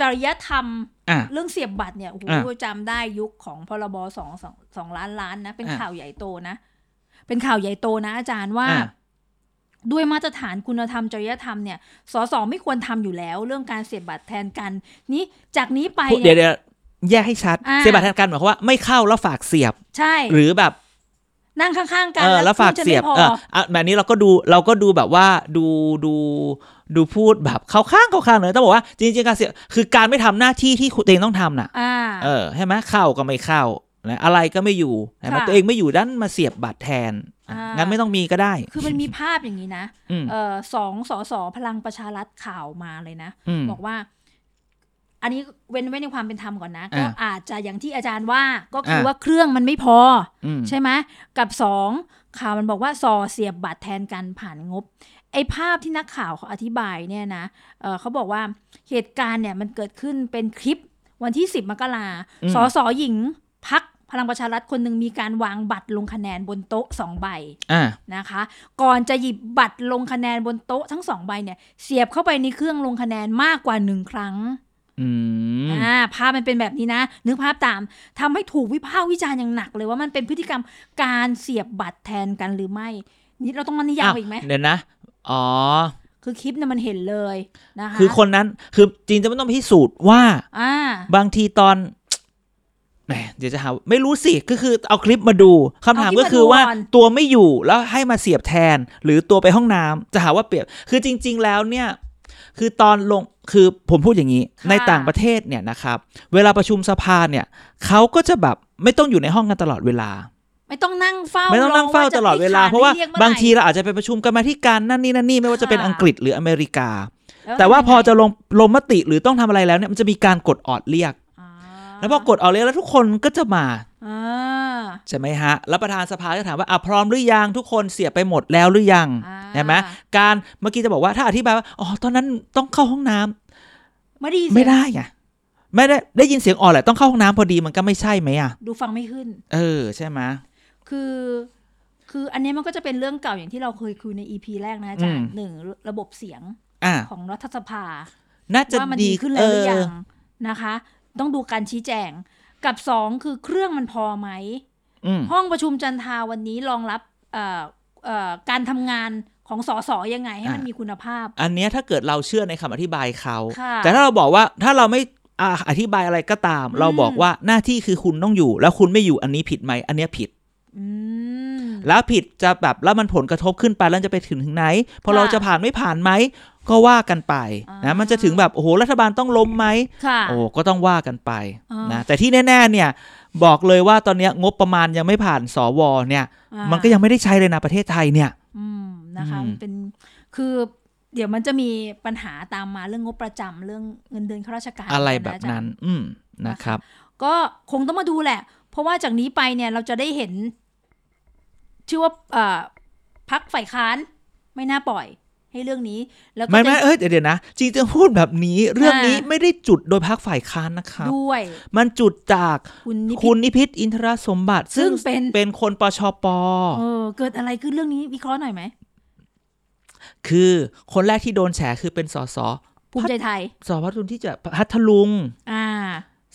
Speaker 2: จริยธรรม
Speaker 1: อ่ะ
Speaker 2: เรื่องเสียบบัตรเนี่ยโอ้โห
Speaker 1: อ่ะ
Speaker 2: จำได้ยุคของพรบสองสองสองล้านล้านนะ เป็น
Speaker 1: อ่ะ
Speaker 2: ข่าวใหญ่โตนะ เป็นข่าวใหญ่โตนะ อาจารย์ว่า
Speaker 1: อ่ะ
Speaker 2: ด้วยมาตรฐานคุณธรรมจริยธรรมเนี่ยสสไม่ควรทำอยู่แล้ว เรื่องการเสียบบัตรแทนกัน นี้จากนี้ไป
Speaker 1: เดี๋ยว
Speaker 2: เนี่ย
Speaker 1: เดี๋ยวแยกให้ชัด
Speaker 2: อ่า
Speaker 1: เสียบัตรทางการหมายความว่าไม่เข้าแล้วฝากเสียบ
Speaker 2: ใช่
Speaker 1: หรือแบบ
Speaker 2: นั่งข้างๆกัน
Speaker 1: เออแล้วฝาก
Speaker 2: พูดจะ
Speaker 1: เสียบ
Speaker 2: ไม่พอ
Speaker 1: เอออ่ะแบบนี้เราก็ดูเราก็ดูแบบว่าดูดูดูพูดแบบเข้าข้างเข้าข้างเลยต้องบอกว่าจริงๆการเสียบคือการไม่ทำหน้าที่ที่คุณตัวเองต้องทำน่ะ
Speaker 2: อ่า
Speaker 1: เออใช่ไหมเข้าก็ไม่เข้านะอะไรก็ไม่อยู่ใช่ไหม
Speaker 2: ค่ะ
Speaker 1: ตัวเองไม่อยู่ด้านมาเสียบบัตรแทนอ่ะ
Speaker 2: อ่างั้
Speaker 1: งั้นไม่ต้องมีก็ได้
Speaker 2: คือมันมีภาพอย่างนี้นะ
Speaker 1: อืม
Speaker 2: เออสองสสพลังประชารัฐข่าวมาเลยนะ
Speaker 1: อืม
Speaker 2: บอกว่า อันนี้เว้นไว้ในความเป็นธรรมก่อนนะ
Speaker 1: อ่า
Speaker 2: ก็อาจจะอย่างที่อาจารย์ว่าก็คืออา ว่าเครื่องมันไม่พอ
Speaker 1: อืม
Speaker 2: อใช่ไหมกับสองข่าวมันบอกว่าสอเสียบบัตรแทนกันผ่านงบ ไอ้ภาพที่นักข่าวเขาอธิบายเนี่ยนะเอ่อเขาบอกว่าเหตุการณ์เนี่ยมันเกิดขึ้นเป็นคลิปวันที่ 10 มกราสอสอหญิงพักพลังประชารัฐคนหนึ่งมีการวางบัตรลงคะแนนบนโต๊ะสองใบ
Speaker 1: อ่า
Speaker 2: นะคะ ก่อนจะหยิบบัตรลงคะแนนบนโต๊ะทั้งสองใบเนี่ย เสียบเข้าไปในเครื่องลงคะแนนมากกว่าหนึ่งครั้ง
Speaker 1: อืม
Speaker 2: อ่าภาพมันเป็นแบบนี้นะ นึกภาพตามทำให้ถูกวิพากษ์วิจารณ์อย่างหนักเลยว่ามันเป็นพฤติกรรมการเสียบบัตรแทนกันหรือไม่นี่เราต้องมานิยามอีกไหม
Speaker 1: อ่ะเดี๋ยวนะ อ๋อ
Speaker 2: คือคลิปเนี่ยมันเห็นเลยนะคะ
Speaker 1: คือคนนั้น คือจริงจะไม่ต้องพิสูจน์ว่า
Speaker 2: อ่า
Speaker 1: บางทีตอน แหม เดี๋ยวจะหา ไม่รู้สิ ก็คือเอาคลิปมาดูคำถาม
Speaker 2: เอาคลิป
Speaker 1: ก็คือว่า
Speaker 2: มาดูก่อน
Speaker 1: ตัวไม่อยู่แล้วให้มาเสียบแทน หรือตัวไปห้องน้ำจะหาว่าเปรียบ คือจริง ๆ แล้วเนี่ย คือตอนลง คือผมพูดอย่างนี้
Speaker 2: ค่ะ
Speaker 1: ในต่างประเทศเนี่ยนะครับ เวลาประชุมสภาเนี่ยเขาก็จะแบบไม่ต้องอยู่ในห้องกันตลอดเวลา
Speaker 2: ไม่ต้องนั่งเฝ้า
Speaker 1: ไม่ต้องนั่งเฝ้า
Speaker 2: รว่จะ
Speaker 1: ตลอดเวลา
Speaker 2: ให้ข
Speaker 1: เพราะว่า
Speaker 2: ให้ยกมื่อบ
Speaker 1: างที
Speaker 2: ไหร่
Speaker 1: เราอาจจะไปประชุมกันมาที่การนั่นนี่นั่นนี่ไม่ว่าจะเป็น
Speaker 2: ค่ะ
Speaker 1: อังกฤษหรืออเมริกา
Speaker 2: ล้
Speaker 1: แต่ว่าพอจะ
Speaker 2: ทำยังไง
Speaker 1: ลงลงมติหรือต้องทำอะไรแล้วเนี่ยมันจะมีการกดออดเรียก
Speaker 2: อ่า
Speaker 1: แล้วพอกดออดเรียกแล้วทุกคนก็จะมา
Speaker 2: อ่า
Speaker 1: ใช่ไหมฮะ แล้วประธานสภาก็ถามว่าอ่ะพร้อมหรือยังทุกคนเสียไปหมดแล้วหรือยัง
Speaker 2: อ่า
Speaker 1: ใช่ไหมการเมื่อกี้จะบอกว่าถ้าอธิบายว่าอ๋อตอนนั้นต้องเข้าห้องน้ำ
Speaker 2: ไม่ได้ยิน
Speaker 1: ไม่
Speaker 2: เสียง
Speaker 1: ได้ไงไม่ได้ได้ยินเสียงออดแหละต้องเข้าห้องน้ำพอดีมันก็ไม่ใช่ไหมอ่ะ
Speaker 2: ดูฟังไม่ขึ้น
Speaker 1: เออใช่ไหม
Speaker 2: คือคืออันเนี้ยมันก็จะเป็นเรื่องเก่าอย่างที่เราเคยคุยใน EP แรกนะอาจาร
Speaker 1: อื
Speaker 2: ย์
Speaker 1: ม
Speaker 2: หนึ่งระบบเสียง
Speaker 1: อ่ะ
Speaker 2: ของรัฐสภา
Speaker 1: น่าจะ
Speaker 2: ว่ามัน
Speaker 1: ดี
Speaker 2: ดีขึ้นแล้วหรือ
Speaker 1: เอ
Speaker 2: ยั
Speaker 1: อ
Speaker 2: งนะคะ ต้องดูการชี้แจง กับสองคือเครื่องมันพอไหม
Speaker 1: อืม
Speaker 2: ห้องประชุมจันทาวันนี้รองรับเอ่อเอ่อการทำงานของสสยังไงให้มันมีคุณภาพ
Speaker 1: อันเนี้ยถ้าเกิดเราเชื่อในคำอธิบายเขา
Speaker 2: ค่ะ
Speaker 1: แต่ถ้าเราบอกว่าถ้าเราไม่อ่ะอธิบายอะไรก็ตาม เราบอกว่าหน้าที่คือคุณต้องอยู่ แล้วคุณไม่อยู่อันนี้ผิดไหมอันเนี้ยผิด
Speaker 2: อืม
Speaker 1: แล้วผิดจะแบบแล้วมันผลกระทบขึ้นไปแล้วจะไปถึงถึงไหน พอ
Speaker 2: ค่ะ
Speaker 1: เราจะผ่านไม่ผ่านไหมก็ว่ากันไป
Speaker 2: อ่า
Speaker 1: นะ
Speaker 2: มั
Speaker 1: มันจะถึงแบบโอ้โหรัฐบาลต้องล้มไหม
Speaker 2: ค่ะ
Speaker 1: โอ้ก็ต้องว่ากันไป
Speaker 2: อ่าน
Speaker 1: นะแต่ที่แน่ๆเนี่ยบอกเลยว่าตอนเนี้ยงบประมาณยังไม่ผ่านสวเนี่ย
Speaker 2: อ่า
Speaker 1: มันก็ยังไม่ได้ใช้เลยนะประเทศไทยเนี่ย
Speaker 2: อืมนะคะ
Speaker 1: อืม
Speaker 2: มันเป็นคือเดี๋ยวมันจะมีปัญหาตามมาเรื่องงบประจำเรื่องเงินเดือนข้าราชการ
Speaker 1: อะไร
Speaker 2: น
Speaker 1: แบบ
Speaker 2: อาจารย์
Speaker 1: นั้น อืมนะครับ
Speaker 2: ก็คงต้องมาดูแหละ เพราะว่าจากนี้ไปเนี่ยเราจะได้เห็น ชื่อว่าเอ่อพักฝ่ายค้านไม่น่าปล่อยให้เรื่องนี้ แล้วก็
Speaker 1: ไม่ไม่
Speaker 2: จะ
Speaker 1: เอ้ยเดี๋ยวเดี๋ยวนะจริงจะพูดแบบนี้เรื่องนี้
Speaker 2: อ่า
Speaker 1: ไม่ได้จุดโดยพักฝ่ายค้านนะครับ
Speaker 2: ด้วย
Speaker 1: มันจุดจาก
Speaker 2: คุณนิ
Speaker 1: คุ
Speaker 2: พิ
Speaker 1: ณ
Speaker 2: ษ
Speaker 1: นิพิษอินทรสมบัติ ซึ่ง
Speaker 2: ซึ่งเป็น
Speaker 1: เป็นคนปชป
Speaker 2: เออเกิดอะไรขึ้นเรื่องนี้วิเคราะห์หน่อยไหม
Speaker 1: คือคนแรกที่โดนแฉคือเป็นสส
Speaker 2: ภูมิใจไทย
Speaker 1: สพัทุนที่จะพัทลุง
Speaker 2: อ่า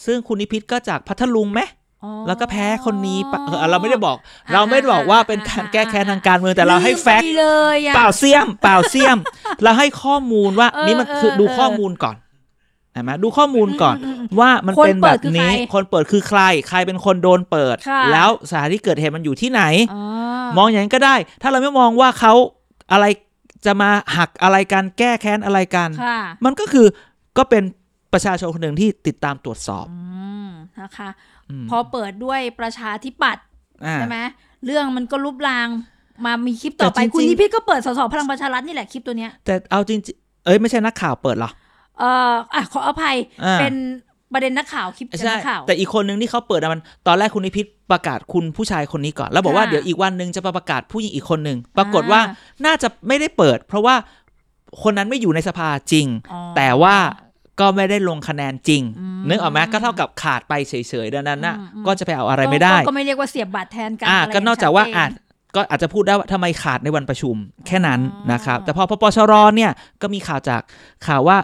Speaker 1: ซึ่งคุณนิพิษก็จากพัทลุงไหม
Speaker 2: อ๋อ
Speaker 1: แล้วก็แพ้คนนี้ปะเออเราไม่ได้บอก
Speaker 2: อ่า
Speaker 1: เราไม่ได้บอกว่าเป็น
Speaker 2: อ่า
Speaker 1: การแก้แค้นทางการเมืองแต่เราให้
Speaker 2: ลืม
Speaker 1: แฟก
Speaker 2: ไป
Speaker 1: ต์
Speaker 2: เลยอะ
Speaker 1: เปล่าเสียมเปล่าเสียม เราให้ข้อมูลว่า
Speaker 2: เออ
Speaker 1: นี่มัน
Speaker 2: เออ
Speaker 1: คือดู
Speaker 2: เออ
Speaker 1: ข้อมูลก่อนเห็นไหมดูข้อมูลก่อน ว่ามัน
Speaker 2: คน
Speaker 1: เป็น
Speaker 2: เปิ
Speaker 1: แบ
Speaker 2: ด
Speaker 1: บ
Speaker 2: คือ
Speaker 1: นี้
Speaker 2: ใคร
Speaker 1: คนเปิดคือใคร ใครเป็นคนโดนเปิด
Speaker 2: ค่ะ
Speaker 1: แล้วสถานที่เกิดเหตุมันอยู่ที่ไหน
Speaker 2: อ๋อ
Speaker 1: มองอย่างนั้นก็ได้ ถ้าเราไม่มองว่าเขาอะไรจะมาหักอะไรกันแก้แค้นอะไรกัน
Speaker 2: ค่ะ
Speaker 1: มันก็คือก็เป็นประชาชนคนหนึ่งที่ติดตามตรวจสอบ
Speaker 2: อืมนะคะ
Speaker 1: อืม
Speaker 2: พอเปิดด้วยประชาธิปัตย์
Speaker 1: อ่า
Speaker 2: ใช่ไหมเรื่องมันก็ลุบลางมามีคลิปต่อไป
Speaker 1: แต่จริงๆ
Speaker 2: คุณนิพิษก็เปิดสสพลังประชารัฐนี่แหละคลิปตัวเนี้ย
Speaker 1: แต่เอาจริงๆเอ้ยไม่ใช่นักข่าวเปิดเหรอ
Speaker 2: เอ่ออ่ะขออภัย
Speaker 1: อ่า
Speaker 2: เป็น ประเด็นนักข่าวคลิปจาก
Speaker 1: ใช่
Speaker 2: นักข่าว
Speaker 1: แต่อีกคนนึงที่เขาเปิดอะมันตอนแรกคุณนิพิษประกาศคุณผู้ชายคนนี้ก่อน แล้วบอกว่า
Speaker 2: ค่ะ
Speaker 1: เดี๋ยวอีกวันหนึ่งจะมาประกาศผู้หญิงอีกคนหนึ่งปรากฏว่าน่าจะไม่ได้เปิด เพราะว่าคนนั้นไม่อยู่ในสภาจริง
Speaker 2: อ๋อ
Speaker 1: แต่ว่าก็ไม่ได้ลงคะแนนจริง
Speaker 2: อืม
Speaker 1: นึกออกไหมก็เท่ากับขาดไปเฉยๆดังนั้นน่ะ
Speaker 2: อืมอืม
Speaker 1: ก็จะไปเอาอะไรไม่ได้
Speaker 2: ก็ก็ไม่เรียกว่าเสียบบัตรแทนกันะ
Speaker 1: อ่า
Speaker 2: ไร
Speaker 1: ก็นอกจากว่าอาจ
Speaker 2: ชัดเจ
Speaker 1: ก็อาจจะพูดได้ว่าทำไมขาดในวันประชุม แค่นั้น
Speaker 2: อ๋อ
Speaker 1: นะครับ แต่พอปปชรเนี่ยก็มีข่าวจากข่าวว่า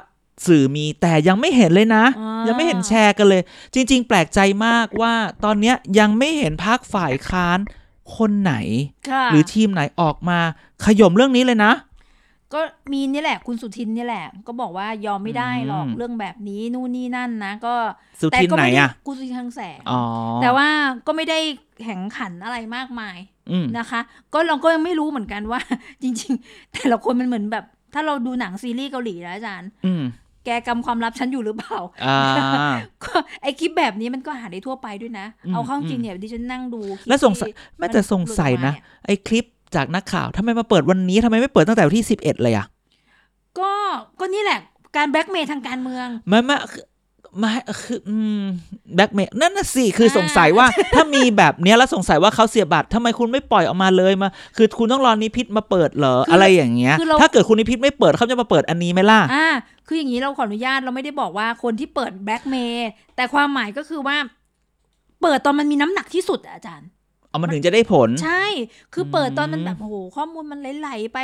Speaker 1: สื่อมีแต่ยังไม่เห็นเลยนะ
Speaker 2: อ๋อ
Speaker 1: ยังไม่เห็นแชร์กันเลย จริง ๆ แปลกใจมากว่าตอนเนี้ยยังไม่เห็นพักฝ่ายค้านคนไหน
Speaker 2: ค่ะ
Speaker 1: หรือทีมไหนออกมาขย่มเรื่องนี้เลยนะ
Speaker 2: ก็มีนี่แหละ คุณสุทินนี่แหละ ก็บอกว่ายอมไม่ได้หรอก
Speaker 1: อืม
Speaker 2: เรื่องแบบนี้นู่นนี่นั่นนะ ก็
Speaker 1: สุ
Speaker 2: แต่
Speaker 1: ทิน
Speaker 2: ก็
Speaker 1: ไหน
Speaker 2: ไม่ได้
Speaker 1: อ่ะ
Speaker 2: คุณสุทินทางแสง
Speaker 1: อ๋อ
Speaker 2: แต่ว่าก็ไม่ได้แข่งขันอะไรมากมาย
Speaker 1: อืม
Speaker 2: นะคะ ก็เราก็ยังไม่รู้เหมือนกันว่า จริง ๆ แต่ละคนมันเหมือนแบบ ถ้าเราดูหนังซีรีส์เกาหลีนะอาจารย์
Speaker 1: อืม
Speaker 2: แกกำความลับฉันอยู่หรือเปล่า
Speaker 1: อ่า
Speaker 2: ก็ไอคลิปแบบนี้มันก็หาได้ทั่วไปด้วยนะ
Speaker 1: อืม
Speaker 2: เอาเข้าจ
Speaker 1: อื
Speaker 2: ริง
Speaker 1: ม
Speaker 2: เนี่ยดิฉันนั่งดูคป
Speaker 1: แล้วสงสัย
Speaker 2: ที่
Speaker 1: แม้แต่สงสัยนะ
Speaker 2: หลุดออกมาเ
Speaker 1: ไอ้คลิปจากนักข่าวทำไมมาเปิดวันนี้ทำไมไม่เปิดตั้งแต่วันที่ 11 เลยอ่ะ
Speaker 2: ยก็ก็นี่แหละการแบล็กเมย์ทางการเมือง
Speaker 1: ไม่ไม่คือไม่คืออืมแบล็กเมย์นั่นน่ะสิคืออา สงสัยว่า ถ้ามีแบบเนี้ยแล้วสงสัยว่าเขาเสียบัตรทำไมคุณไม่ปล่อยออกมาเลยมา คือคุณต้องรอนิพิษมาเปิดเหรออะไรอย่างเงี้ย
Speaker 2: คือเรา
Speaker 1: ถ้าเกิดคุณนิพิษไม่เปิดเขาจะมาเปิดอันนี้ไหมล่ะ
Speaker 2: อ่า คืออย่างนี้เราขออนุญาตเราไม่ได้บอกว่าคนที่เปิดแบล็กเมย์แต่ความหมายก็คือว่า เปิดตอนมันมีน้ำหนักที่สุดอะอาจารย์
Speaker 1: เอามันถึงจะได้ผล
Speaker 2: ใช่ คือเปิดตอนมัน
Speaker 1: อืม
Speaker 2: แบบโอ้โหข้อมูลมันไหลๆไป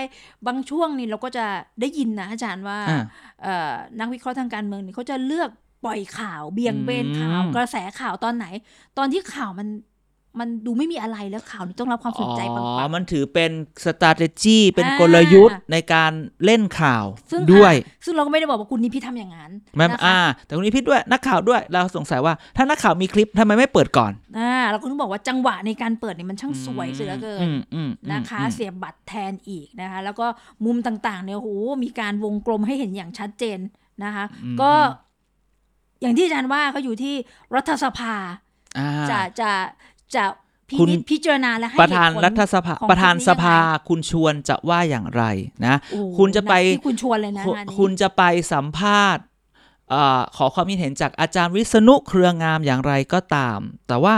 Speaker 2: บางช่วงนี่เราก็จะได้ยินนะอาจารย์ว่า
Speaker 1: อ่ะ
Speaker 2: เอ่อนักวิเคราะห์ทางการเมืองนี่เขาจะเลือกปล่อยข่าวเบี่ยงเบน
Speaker 1: อืม
Speaker 2: ข่าวกระแสข่าวตอนไหน ตอนที่ข่าวมันมันดูไม่มีอะไรแล้วข่าวนี้ต้องรับความสนใจปั
Speaker 1: อ๋
Speaker 2: ง
Speaker 1: อ
Speaker 2: ๆ
Speaker 1: มันถือเป็น strategy เป็น
Speaker 2: อ่าก
Speaker 1: ลยุทธ์ในการเล่นข่าว
Speaker 2: ซึ่ง
Speaker 1: ด้วย
Speaker 2: ซึ่งเราก็ไม่ได้บอกว่าคุณนิพิธทำอย่างนั้น
Speaker 1: แม่ม
Speaker 2: นะคะ
Speaker 1: อ่า แต่คุณนิพิษด้วยนักข่าวด้วย เราสงสัยว่าถ้านักข่าวมีคลิปทำไมไม่เปิดก่อน
Speaker 2: อ่าเราก็ต้องบอกว่าจังหวะในการเปิดเนี่ยมันช่างสวยเสียเหลือเกิน
Speaker 1: อืมอืมอืม
Speaker 2: นะคะ
Speaker 1: อืม
Speaker 2: เสียบบัตรแทนอีกนะคะ แล้วก็มุมต่างๆเนี่ยโอ้โหมีการวงกลมให้เห็นอย่างชัดเจนนะคะ
Speaker 1: อืม
Speaker 2: ก็อย่างที่อาจารย์ว่าก็อยู่ที่รัฐสภา
Speaker 1: อ่า
Speaker 2: จะจะจะพิ
Speaker 1: คุณ
Speaker 2: นิจพิจารณาและให้
Speaker 1: ประธาน
Speaker 2: เหตุผล
Speaker 1: รัฐสภา
Speaker 2: ของ
Speaker 1: ประธาน
Speaker 2: คลิปนี้
Speaker 1: สภา
Speaker 2: ยังไง
Speaker 1: คุณชวนจะว่าอย่างไรนะ
Speaker 2: โอ้โห
Speaker 1: คุณจะไป
Speaker 2: หนักที่คุณชวนเลยนะ
Speaker 1: คุณ
Speaker 2: งานนี้
Speaker 1: คุณจะไปสัมภาษณ์เอ่อขอความคิดเห็นจากอาจารย์วิษณุเครืองามอย่างไรก็ตาม แต่ ว่า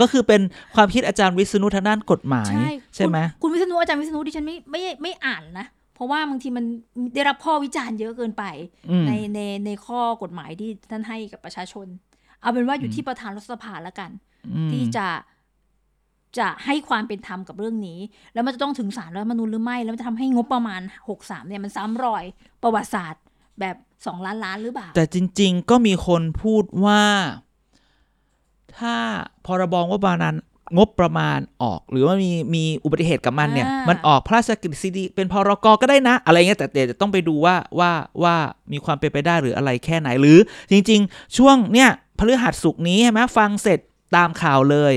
Speaker 1: ก็คือเป็นความคิดอาจารย์วิษณุทางด้านกฎหมาย
Speaker 2: ใช่
Speaker 1: ใช่ไหม
Speaker 2: คุณคุณวิษณุอาจารย์วิษณุดิฉันไม่ไม่ไม่อ่านนะ เพราะว่าบางทีมันได้รับข้อวิจารณ์เยอะเกินไป
Speaker 1: อืม
Speaker 2: ในในในข้อกฎหมายที่ท่านให้กับประชาชน เอาเป็นว่าอยู่ที่ประธานรัฐสภาแล้วกัน
Speaker 1: อืม
Speaker 2: ที่จะจะให้ความเป็นธรรมกับเรื่องนี้ แล้วมันจะต้องถึงสารรัฐธรรมนูญหรือไม่ แล้วมันจะทำให้งบประมาณ 63 เนี่ยมันซ้ำรอยประวัติศาสตร์แบบ 2 ล้านล้านหรือเปล่า
Speaker 1: แต่จริง ๆ ก็มีคนพูดว่า ถ้าพรบงบประมาณงบประมาณออก หรือว่ามีมีอุบัติเหตุกับมันเนี่ย
Speaker 2: อ่ามั
Speaker 1: มันออกพระราชกฤษฎีเป็นพรกก็ได้นะ อะไรเงี้ยแต่เดี๋ยวจะต้องไปดูว่าว่าว่ามีความเป็นไปได้หรืออะไรแค่ไหนหรือ จริง ๆ ช่วงเนี่ยพฤหัสสุกร์นี้ใช่ไหมฟังเสร็จตามข่าวเลย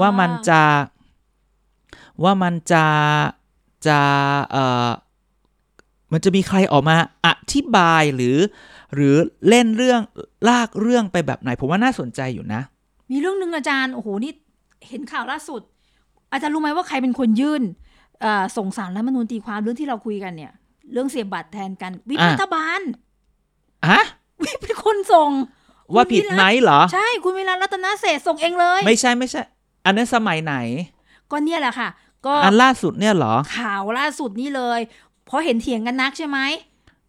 Speaker 1: ว่ามันจะว่ามันจะจะเอ่อมันจะมีใครออกมาอธิบายหรือ หรือเล่นเรื่องลากเรื่องไปแบบไหน ผมว่าน่าสนใจอยู่นะ
Speaker 2: มีเรื่องหนึ่งอาจารย์ โอ้โห นี่เห็นข่าวล่าสุด อาจารย์รู้ไหมว่าใครเป็นคนยื่นเอ่อส่งสารรัฐธรรมนูญตีความเรื่องที่เราคุยกันเนี่ย เรื่องเสียบบัตรแทนกันวิป
Speaker 1: อ่า
Speaker 2: รัฐบาล
Speaker 1: ฮะ
Speaker 2: วิปเป็นคนส่ง
Speaker 1: ว่าผิดไหมเหรอ
Speaker 2: ใช่คุณวิรัตรัตนเศรษฐ์ส่งเองเลย
Speaker 1: ไม่ใช่ไม่ใช่ อันนั้นสมัยไหน
Speaker 2: ก็เนี่ยแหละค่ะ ก็
Speaker 1: อันล่าสุดเนี่ยเหรอ
Speaker 2: ข่าวล่าสุดนี่เลย เพราะเห็นเถียงกันนักใช่ไหม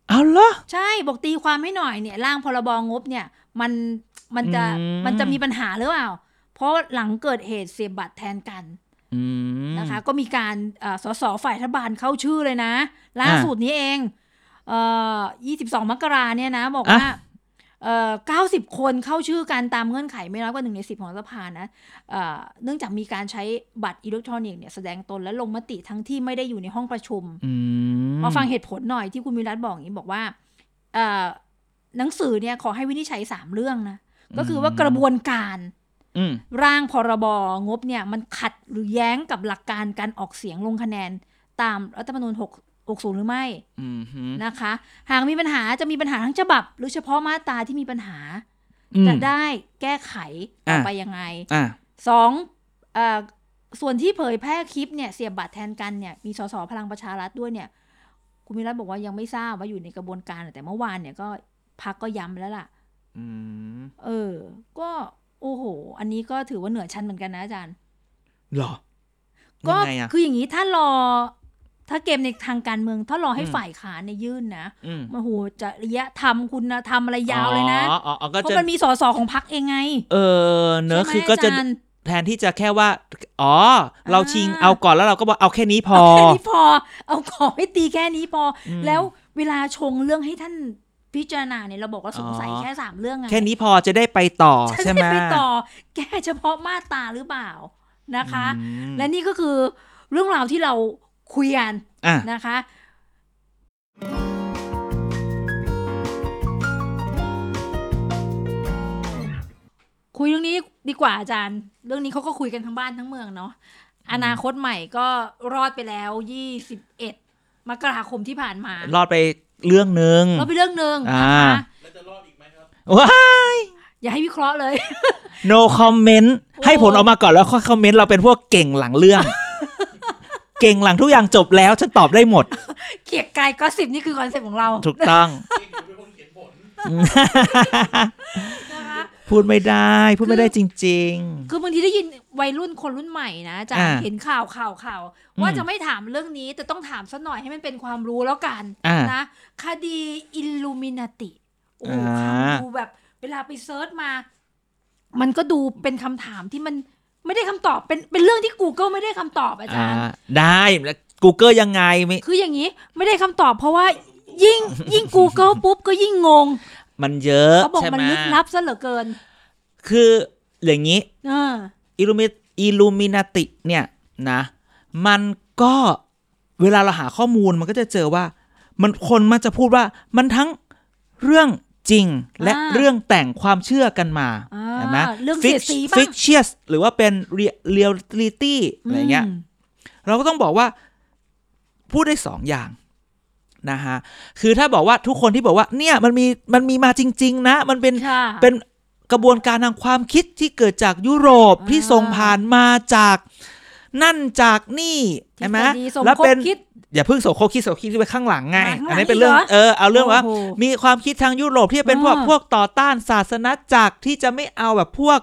Speaker 1: เอาเหรอ
Speaker 2: ใช่บอกตีความให้หน่อยเนี่ยร่างพรบงบเนี่ยมันมันจะ
Speaker 1: อืม
Speaker 2: มันจะมีปัญหาหรือเปล่า เพราะหลังเกิดเหตุเสียบบัตรแทนกัน
Speaker 1: อืม
Speaker 2: นะคะ ก็มีการเอ่อสสฝ่ายรัฐบาลเข้าชื่อเลยนะ ล่าสุดนี้เองเอ่อ22 มกราเนี่ยนะ บอกว่า
Speaker 1: อ่ะ
Speaker 2: เอ่อ90 คนเข้าชื่อกันตามเงื่อนไขไม่น้อยกว่าหนึ่งในสิบของสภานะเอ่อเนื่องจากมีการใช้บัตรอิเล็กทรอนิกส์เนี่ยแสดงตนและลงมติทั้งที่ไม่ได้อยู่ในห้องประชุม
Speaker 1: อื
Speaker 2: มาฟังเหตุผลหน่อยที่คุณวิรัตบอกอย่างนี้บอกว่าเอ่อหนังสือเนี่ยขอให้วินิจฉัยสามเรื่องนะ ก็คือว่ากระบวนการ
Speaker 1: อืม
Speaker 2: ร่างพรบงบเนี่ยมันขัดหรือแย้งกับหลักการการออกเสียงลงคะแนน ตามรัฐธรรมนูญ6 60 หรือไม่
Speaker 1: อืมฮึ
Speaker 2: นะคะ หากมีปัญหาจะมีปัญหาทั้งฉบับ หรือเฉพาะมาตราที่มีปัญหา
Speaker 1: อืม
Speaker 2: จะได้แก้ไขต่อไปยังไง
Speaker 1: อ่ะ
Speaker 2: สองเอ่อส่วนที่เผยแพร่คลิปเนี่ยเสียบบัตรแทนกันเนี่ยมีสสพลังประชารัฐด้วยเนี่ย คุณมิรัตบอกว่ายังไม่ทราบว่าอยู่ในกระบวนการ แต่เมื่อวานเนี่ยก็พักก็ย้ำแล้วล่ะ
Speaker 1: อืม
Speaker 2: เออ ก็โอ้โห อันนี้ก็ถือว่าเหนือชั้นเหมือนกันนะอาจารย์
Speaker 1: เหรอ
Speaker 2: ก็
Speaker 1: ยังไงอ่ะ
Speaker 2: คืออย่างนี้ถ้ารอ ถ้าเกมในทางการเมือง ถ้ารอให้
Speaker 1: อืม
Speaker 2: ฝ่ายค้านเนี่ยยื่นนะ
Speaker 1: อืม
Speaker 2: โอ้โหจะระยะทำคุณธรรมอะไรยาวเลยนะ
Speaker 1: อ๋ออ๋ออ๋อก็
Speaker 2: เพราะ
Speaker 1: จะ
Speaker 2: มันมีสสของพรรคเองไง
Speaker 1: เออเนอะ
Speaker 2: ใช่ไหม
Speaker 1: คือก็จะ
Speaker 2: าารย์
Speaker 1: แทนที่จะแค่ว่า อ๋อ เราชิง
Speaker 2: อ่า
Speaker 1: เอาก่อนแล้วเราก็บอกเอาแค่นี้พอ
Speaker 2: เอาแค่นี้พอ เอาขอให้ตีแค่นี้พออ
Speaker 1: ม
Speaker 2: แล้วเวลาชงเรื่องให้ท่านพิจารณาเนี่ยเราบอกว่าสงสัย
Speaker 1: อ๋อ
Speaker 2: แค่สามเรื่องไง
Speaker 1: แค่นี้พอจะได้ไปต่อ
Speaker 2: จะ
Speaker 1: ใช่ไหม
Speaker 2: ได้ไปต่อ แก้เฉพาะมาตราหรือเปล่านะคะ
Speaker 1: อืม
Speaker 2: และนี่ก็คือเรื่องราวที่เราคุยกัน
Speaker 1: อ่ะ
Speaker 2: นะคะ คุยเรื่องนี้ดีกว่าอาจารย์ เรื่องนี้เขาก็คุยกันทั้งบ้านทั้งเมืองเนาะอนาคตใหม่ก็รอดไปแล้วยี่สิบเอ็ดมกราคมที่ผ่านมาร
Speaker 1: อดไปเรื่องหนึ่ง
Speaker 2: รอดไปเรื่องหนึ่งนะ
Speaker 1: อ่า
Speaker 2: คะ
Speaker 1: ว้า
Speaker 2: อย่าให้วิเคราะห์เลย
Speaker 1: no comment
Speaker 2: โอ้
Speaker 1: ให้ผลออกมาก่อนแล้วค่อยคอมเมนต์เราเป็นพวกเก่งหลังเรื่อง เก่งหลังทุกอย่างจบแล้ว ฉันตอบได้ หมด
Speaker 2: เกียกกายก็สิบนี่คือคอนเซ็ปต์ของเรา
Speaker 1: ถูกต้อง
Speaker 2: นะคะ
Speaker 1: พูดไม่ได้ พูดไม่ได้จริง
Speaker 2: คือบางทีได้ยินวัยรุ่นคนรุ่นใหม่นะอาจารย์
Speaker 1: อ่า
Speaker 2: เห็นข่าวข่าวข่าวว่า
Speaker 1: อืม
Speaker 2: จะไม่ถามเรื่องนี้แต่ต้องถามซะหน่อยให้มันเป็นความรู้แล้วกัน
Speaker 1: อ่าน
Speaker 2: นะคดีอิลลูมินาติโอ้โห
Speaker 1: อ่า
Speaker 2: คำดูแบบเวลาไปเซิร์ชมา มันก็ดูเป็นคำถามที่มันไม่ได้คำตอบเป็นเป็นเรื่องที่ Google ไม่ได้คำตอบอา
Speaker 1: ๆ
Speaker 2: จา
Speaker 1: อ่าร
Speaker 2: ย์
Speaker 1: ได้แล้ว Google ยังไงไม่
Speaker 2: คืออย่างนี้ไม่ได้คำตอบเพราะว่า ยิ่งยิ่ง Google ปุ๊บก็ยิ่งงง
Speaker 1: มันเยอะ
Speaker 2: เขาบอก
Speaker 1: ใช่
Speaker 2: มัน
Speaker 1: ไหม
Speaker 2: ลึกลับซะเหลือเกิน
Speaker 1: คืออย่างนี้
Speaker 2: เออ
Speaker 1: อิลูมิอิลูมินาติเนี่ยนะ มันก็เวลาเราหาข้อมูลมันก็จะเจอว่า มันคนมันจะพูดว่ามันทั้งเรื่องจริงและ
Speaker 2: อ่า
Speaker 1: เรื่องแต่งความเชื่อกันมา
Speaker 2: อ่า
Speaker 1: เห็นไหม
Speaker 2: เรื่องเสียดสีบ้าง
Speaker 1: ฟิกเชียสหรือว่าเป็นเรียลลิตี้อะไรเงี้ย
Speaker 2: ม
Speaker 1: เราก็ต้องบอกว่าพูดได้สองอย่างนะฮะคือถ้าบอกว่าทุกคนที่บอกว่าเนี่ยมันมีมันมีมาจริง ๆ นะ มันเป็น
Speaker 2: ค่ะ
Speaker 1: เป็นกระบวนการทางความคิดที่เกิดจากยุโรป
Speaker 2: อ่า
Speaker 1: ที่ส่งผ่านมาจากนั่นจากนี่
Speaker 2: ทฤ
Speaker 1: ใช่ไหม
Speaker 2: ษฎีสม
Speaker 1: แล้ว
Speaker 2: คบ
Speaker 1: เป็น
Speaker 2: คิด
Speaker 1: อย่าเพิ่งโสโครกคิดโสโครกคิดไปข้างหลังไง
Speaker 2: มาข้างหลัง
Speaker 1: อันนี้เป็นเรื่อง
Speaker 2: อีกเหรอ
Speaker 1: เออเอาเรื่องว่า
Speaker 2: โอ้โห
Speaker 1: มีความคิดทางยุโรปที่เป็นพวก
Speaker 2: อ่า
Speaker 1: พวกต่อต้านศาสนาจักรที่จะไม่เอาแบบพวก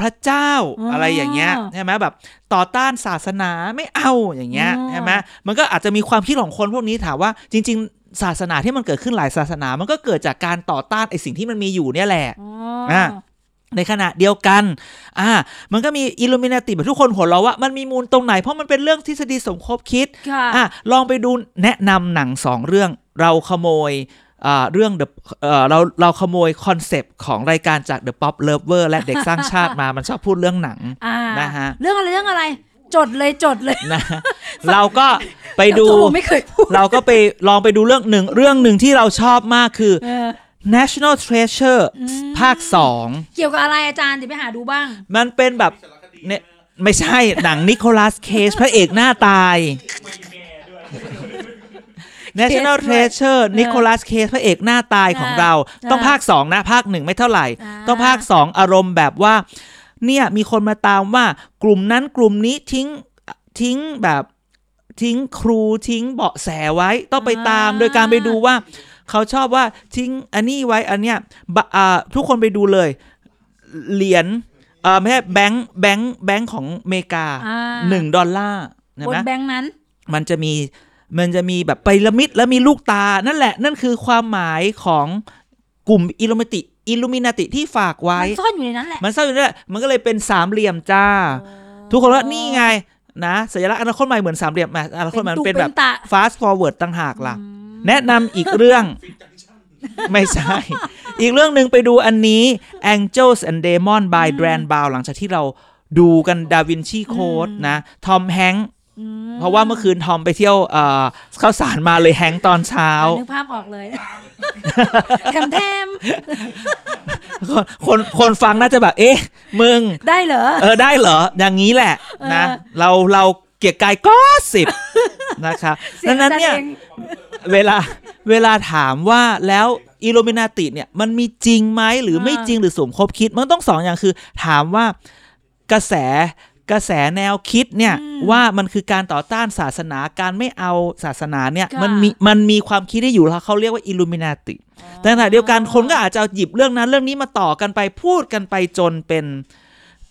Speaker 1: พระเจ้า
Speaker 2: อ่า
Speaker 1: อะไรอย่างเงี้ยใช่ไหมแบบต่อต้านศาสนาไม่เอาอย่างเงี้ย
Speaker 2: อ่า
Speaker 1: ใช่ไหมมันก็อาจจะมีความคิดของคนพวกนี้ถามว่าจริง ๆ ศาสนาที่มันเกิดขึ้นหลายศาสนา มันก็เกิดจากการต่อต้านไอ้สิ่งที่มันมีอยู่เนี่ยแหละ
Speaker 2: อ๋ออ
Speaker 1: อ่า ในขณะเดียวกัน อ่า มันก็มีอิลูมินาติแบบทุกคนหัวเราะว่ามันมีมูลตรงไหน เพราะมันเป็นเรื่องทฤษฎีสมคบคิด
Speaker 2: ค่ะ
Speaker 1: อ่ะ ลองไปดูแนะนำหนังสองเรื่อง เราขโมย อ่า เรื่อง The เอ่อเรา เราขโมยคอนเซปต์ของรายการจาก The Pop Lover และเด็กสร้างชา ติมา มันชอบพูดเรื่องหนัง
Speaker 2: อ่า
Speaker 1: นะฮะ
Speaker 2: เรื่องอะไรเรื่องอะไร จดเลยจดเลย
Speaker 1: นะ เราก็ไปดู
Speaker 2: โอ้โหไม่ เคยพูด
Speaker 1: เราก็ไปลองไปดูเรื่องหนึ่ง เรื่องหนึ่งที่เราชอบมากคือ
Speaker 2: เออ
Speaker 1: National Treasure
Speaker 2: อืม
Speaker 1: ภาคสอง
Speaker 2: เกี่ยวกับอะไรอาจารย์เดี๋ยวไปหาดูบ้าง
Speaker 1: มันเป็นแบบเนี่ยไม่ใช่หนังนิโคลัสเคสพระเอกหน้าตาย National
Speaker 2: เคสด้วย
Speaker 1: Treasure นิโคลัสเคสพระเอกหน้าตายของเรา
Speaker 2: อ่า
Speaker 1: ต้องภาคสองนะ ภาคหนึ่งไม่เท่าไหร่
Speaker 2: อ่า
Speaker 1: ต้องภาคสองอารมณ์แบบว่า เนี่ยมีคนมาตามว่ากลุ่มนั้นกลุ่มนี้ทิ้งทิ้งแบบทิ้งครูทิ้งเบาะแสไว้ต้องไปตาม โดยการไปดูว่า เขาชอบว่าทิ้งอันนี้ไว้อันเนี้ยบะอ่าทุกคนไปดูเลย เหรียญเอ่อไม่ใช่แบงค์แบงค์แบงค์ของอเมริกา
Speaker 2: อ่า
Speaker 1: หนึ่งดอลลาร์นะ
Speaker 2: บน
Speaker 1: นะ
Speaker 2: แบงค์นั้น
Speaker 1: มันจะมีมันจะมีแบบพีระมิดแล้วมีลูกตา นั่นแหละ นั่นคือความหมายของกลุ่มอิลูมิติอิลูมินาติที่ฝากไว้
Speaker 2: มันซ่อนอยู่ในนั้นแหละ
Speaker 1: มันเศร้าอยู่นั่นแหละมันก็เลยเป็นสามเหลี่ยมจ้า ทุกคนว่านี่ไงนะสัญลักษณ์อนาคตใหม่เหมือนสามเหลี่ยมอ่ะอนาคตใหม่มันเป็นแบบ
Speaker 2: ตะ
Speaker 1: fast forward ต่างหากล่ะ แนะนำอีกเรื่อง ไม่ใช่ อีกเรื่องหนึ่งไปดูอันนี้ Angels and Demon by Dran b r o w n หลังจากที่เราดูกันดาวินชีโค้ดนะทอมแฮงค์
Speaker 2: อืม
Speaker 1: เพราะว่าเมื่อคืนทอมไปเที่ยวเอ่อเข้าสารมาเลยแฮงค์ตอนเช้า
Speaker 2: นึกภาพออก เลยแถมแถม
Speaker 1: คนคนคนฟังน่าจะแบบ เอ๊ะ มึง
Speaker 2: ได้เหรอ
Speaker 1: เออได้เหรอ อย่างนี้แหละนะ
Speaker 2: เออ
Speaker 1: เราเราเกลียดกายก็สิบนะครับ
Speaker 2: เสีย
Speaker 1: ดั
Speaker 2: ง
Speaker 1: ง
Speaker 2: อา
Speaker 1: นั้น
Speaker 2: จาร
Speaker 1: เนี่ย
Speaker 2: ย์เอง
Speaker 1: เวลาเวลาถามว่าแล้วอิโลเมนาติเนี่ยมันมีจริงไหมหรือไม่จริงหรือสมคบคิด มันต้องสองอย่างคือ ถามว่ากระแส กระแสแนวคิดเนี่ย
Speaker 2: อืม
Speaker 1: ว่ามันคือการต่อต้านศาสนาการไม่เอาศาสนาเนี่ย
Speaker 2: ค่ะ
Speaker 1: มันมีมันมีความคิดได้อยู่แล้วเขาเรียกว่าอิลูมินาติแต่ขณะเดียวกันคนก็อาจจะหยิบเรื่องนั้นเรื่องนี้มาต่อกันไปพูดกันไปจนเป็น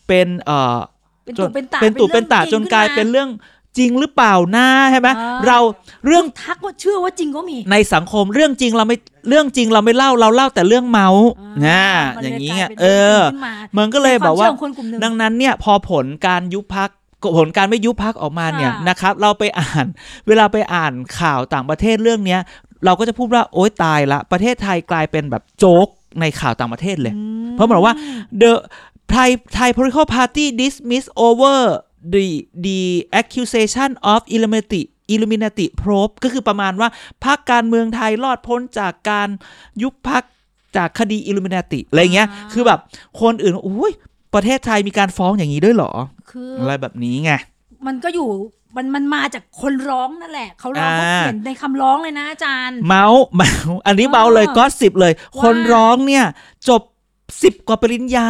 Speaker 1: เป็นเอ่อ
Speaker 2: เป็น
Speaker 1: จ
Speaker 2: ตุ
Speaker 1: น
Speaker 2: เป็นตา
Speaker 1: เป็นตุเป็นตาจนกลายเป็น
Speaker 2: เรื่องจริงขึ้นม
Speaker 1: เรื่องจริงหรือเปล่านะใช่ไหม
Speaker 2: อ่า
Speaker 1: เราเรื่อง
Speaker 2: ทักว่าเชื่อว่าจริงก็มี
Speaker 1: ในสังคมเรื่องจริงเราไม่เรื่องจริงเราไม่เล่าเราเล่าแต่เรื่องเมาส์นะ
Speaker 2: มั
Speaker 1: อย่างนี้
Speaker 2: นี้
Speaker 1: ไง
Speaker 2: เอ
Speaker 1: เออ
Speaker 2: นมา
Speaker 1: มันก็เลย
Speaker 2: ป็นค
Speaker 1: แบ
Speaker 2: ม
Speaker 1: บว่า
Speaker 2: ชื่ของคนกลุ่มหนึ่ง
Speaker 1: ดังนั้นเนี่ยพอผลการยุบพักผลการไม่ยุบพักออกมาเนี่ย
Speaker 2: ค่ะ
Speaker 1: นะครับ เราไปอ่าน เวลาไปอ่านข่าวต่างประเทศเรื่องเนี้ย เราก็จะพูดว่าโอ๊ยตายละประเทศไทยกลายเป็นแบบโจ๊กในข่าวต่างประเทศเลย เพราะหมายว่า the Thai Thai political party dismiss over the the accusation of Illuminati Illuminati probe ก็คือประมาณว่าพรรคการเมืองไทยรอดพ้นจากการยุบพรรคจากคดีอิลูมินาติอะไรเงี้ย
Speaker 2: อ่า
Speaker 1: คือแบบคนอื่นอุ้ยประเทศไทยมีการฟ้องอย่างนี้ด้วยเหรอ
Speaker 2: คืออ
Speaker 1: อะไรแบบนี้ไง
Speaker 2: มันก็อยู่มันมันมาจากคนร้องนั่นแหละ เขาร้อง
Speaker 1: อ่า
Speaker 2: เขาเขียนในคำร้องเลยนะอาจารย์
Speaker 1: เมาส์เมาส์อันนี้เมาส์เลย
Speaker 2: อ่า
Speaker 1: ก็สิบเลย
Speaker 2: ว่า
Speaker 1: คนร้องเนี่ย จบสิบกว่าปริญญา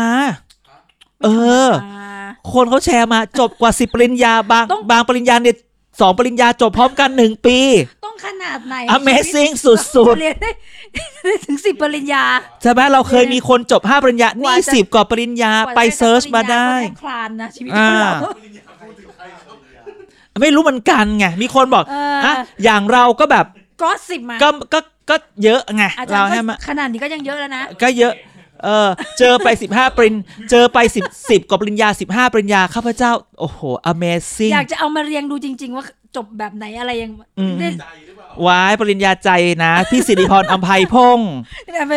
Speaker 1: เออ
Speaker 2: มา
Speaker 1: คนเขาแชร์มาจบกว่าสิปริญญาบาง
Speaker 2: ต้อง
Speaker 1: บางปริญญาเนี่ยสองปริญญาจบพร้อมกันหนึ่งปี
Speaker 2: ต้องขนาดไหน
Speaker 1: Amazing สุด
Speaker 2: เรียนได้ ได้ถึงสิบปริญญา
Speaker 1: ๆ ใช่ไหมเราเคยมีคนจบห้าปริญญา
Speaker 2: กว่า
Speaker 1: นี่
Speaker 2: จะ
Speaker 1: สิบกว่าปริญญาไปเซิร์ชมาได้
Speaker 2: กว่จะปริญญก็แทบคลานนะชีวิตของเรา
Speaker 1: อ่า ไม่รู้เหมือนกันไง มีคนบอก
Speaker 2: เอออ่
Speaker 1: อ่ะอย่างเราก็แบบ
Speaker 2: ก็สิบมา
Speaker 1: ก็ก็ก็เยอะไง
Speaker 2: อาจาร
Speaker 1: เรา
Speaker 2: ย์
Speaker 1: ใช่ไหม
Speaker 2: ก็ขนาดนี้ก็ยังเยอะแล้วนะ
Speaker 1: ก็เยอะ เออ เจอไปสิบห้าปริญเจอไปสิบสิบกว่าปริญญาสิบห้าปริญญาข้าพเจ้า โอ้โห amazing
Speaker 2: อยากจะเอามาเรียงดูจริง ๆ ว่าจบแบบไหนอะไรยัง
Speaker 1: อืม
Speaker 2: ได้
Speaker 1: วายปริญญาใจนะ พี่สิริพรอำไพพงศ์
Speaker 2: ได้ไป